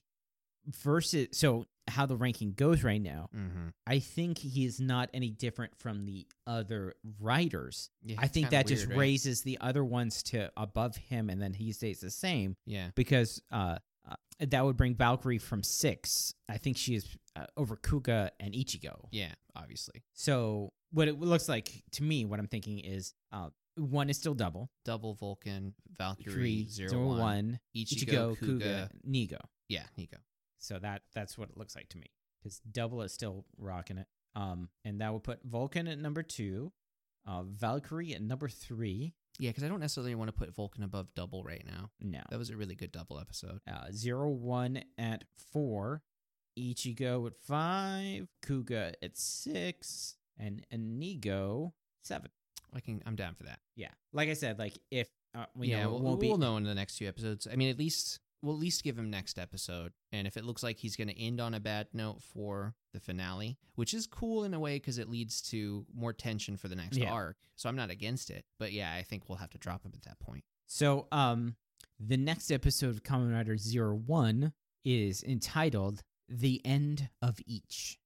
versus so how the ranking goes right now, Mm-hmm. I think he is not any different from the other writers. Yeah, I it's think kinda that just weird, eh? right? raises the other ones to above him, and then he stays the same Yeah. because uh, uh, that would bring Valkyrie from six. I think she is uh, over Kuga and Ichigo. Yeah. Obviously, So what it looks like to me, what I'm thinking is uh, one is still double double Vulcan, Valkyrie, three zero zero one one Ichigo, Ichigo, Kuga. Kuga, Nigo. Yeah, Nico. So that that's what it looks like to me. Because Double is still rocking it. Um, and that would put Vulcan at number two, uh, Valkyrie at number three. Yeah, because I don't necessarily want to put Vulcan above double right now. No, That was a really good double episode. uh, zero one at four, Ichigo at five, Kuga at six, and Inigo seven. I can. I'm down for that. Yeah, like I said, like if uh, we yeah, know we'll, it won't we'll be know in the next few episodes. I mean, at least we'll at least give him next episode. And if it looks like he's going to end on a bad note for the finale, which is cool in a way because it leads to more tension for the next Yeah. arc. So I'm not against it. But yeah, I think we'll have to drop him at that point. So, um, the next episode of Common Rider Zero One is entitled "The End of Each."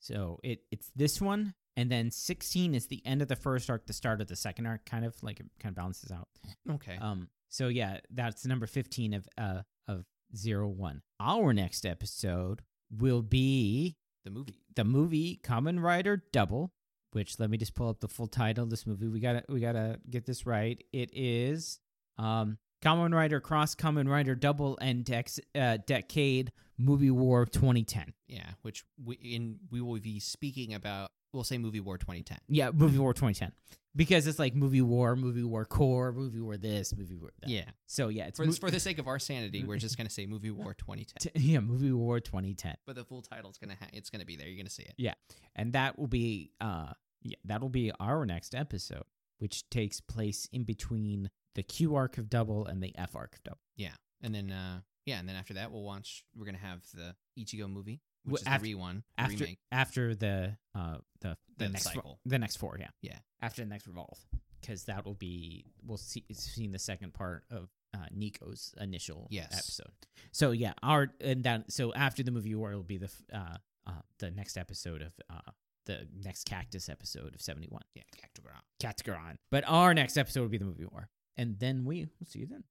So it it's this one, and then sixteen is the end of the first arc, the start of the second arc, kind of like it kind of balances out. Okay. Um, so yeah, that's number fifteen of uh of Zero One. Our next episode will be the movie. the movie Common Rider Double, which let me just pull up the full title of this movie. We gotta we gotta get this right. It is um Common Rider Cross Common Rider Double and Dex, uh, Decade Movie War 2010. Yeah, which we in we will be speaking about. We'll say movie war 2010. Yeah, Movie War 2010. Because it's like movie war, movie war core, movie war this, movie war that. Yeah, So yeah, it's for mo- for the sake of our sanity, we're just gonna say movie war 2010. t- yeah, movie war 2010. But the full title's gonna ha- it's gonna be there. You're gonna see it. and that will be uh yeah, that'll be our next episode which takes place in between the q arc of double and the f arc of double And then uh yeah, and then after that we'll watch we're gonna have the Ichigo movie, Well, which is af- the re one the after remake. after the uh the the, The next fo- cycle. the next four yeah Yeah. after the next revolve because that will be we'll see seeing the second part of uh, Nico's initial Yes. episode so yeah our and that so after the movie war it'll be the f- uh, uh the next episode of uh the next cactus episode of 71 Yeah, Cactogron. Katsugaron. But our next episode will be the movie war. And then we will see you then.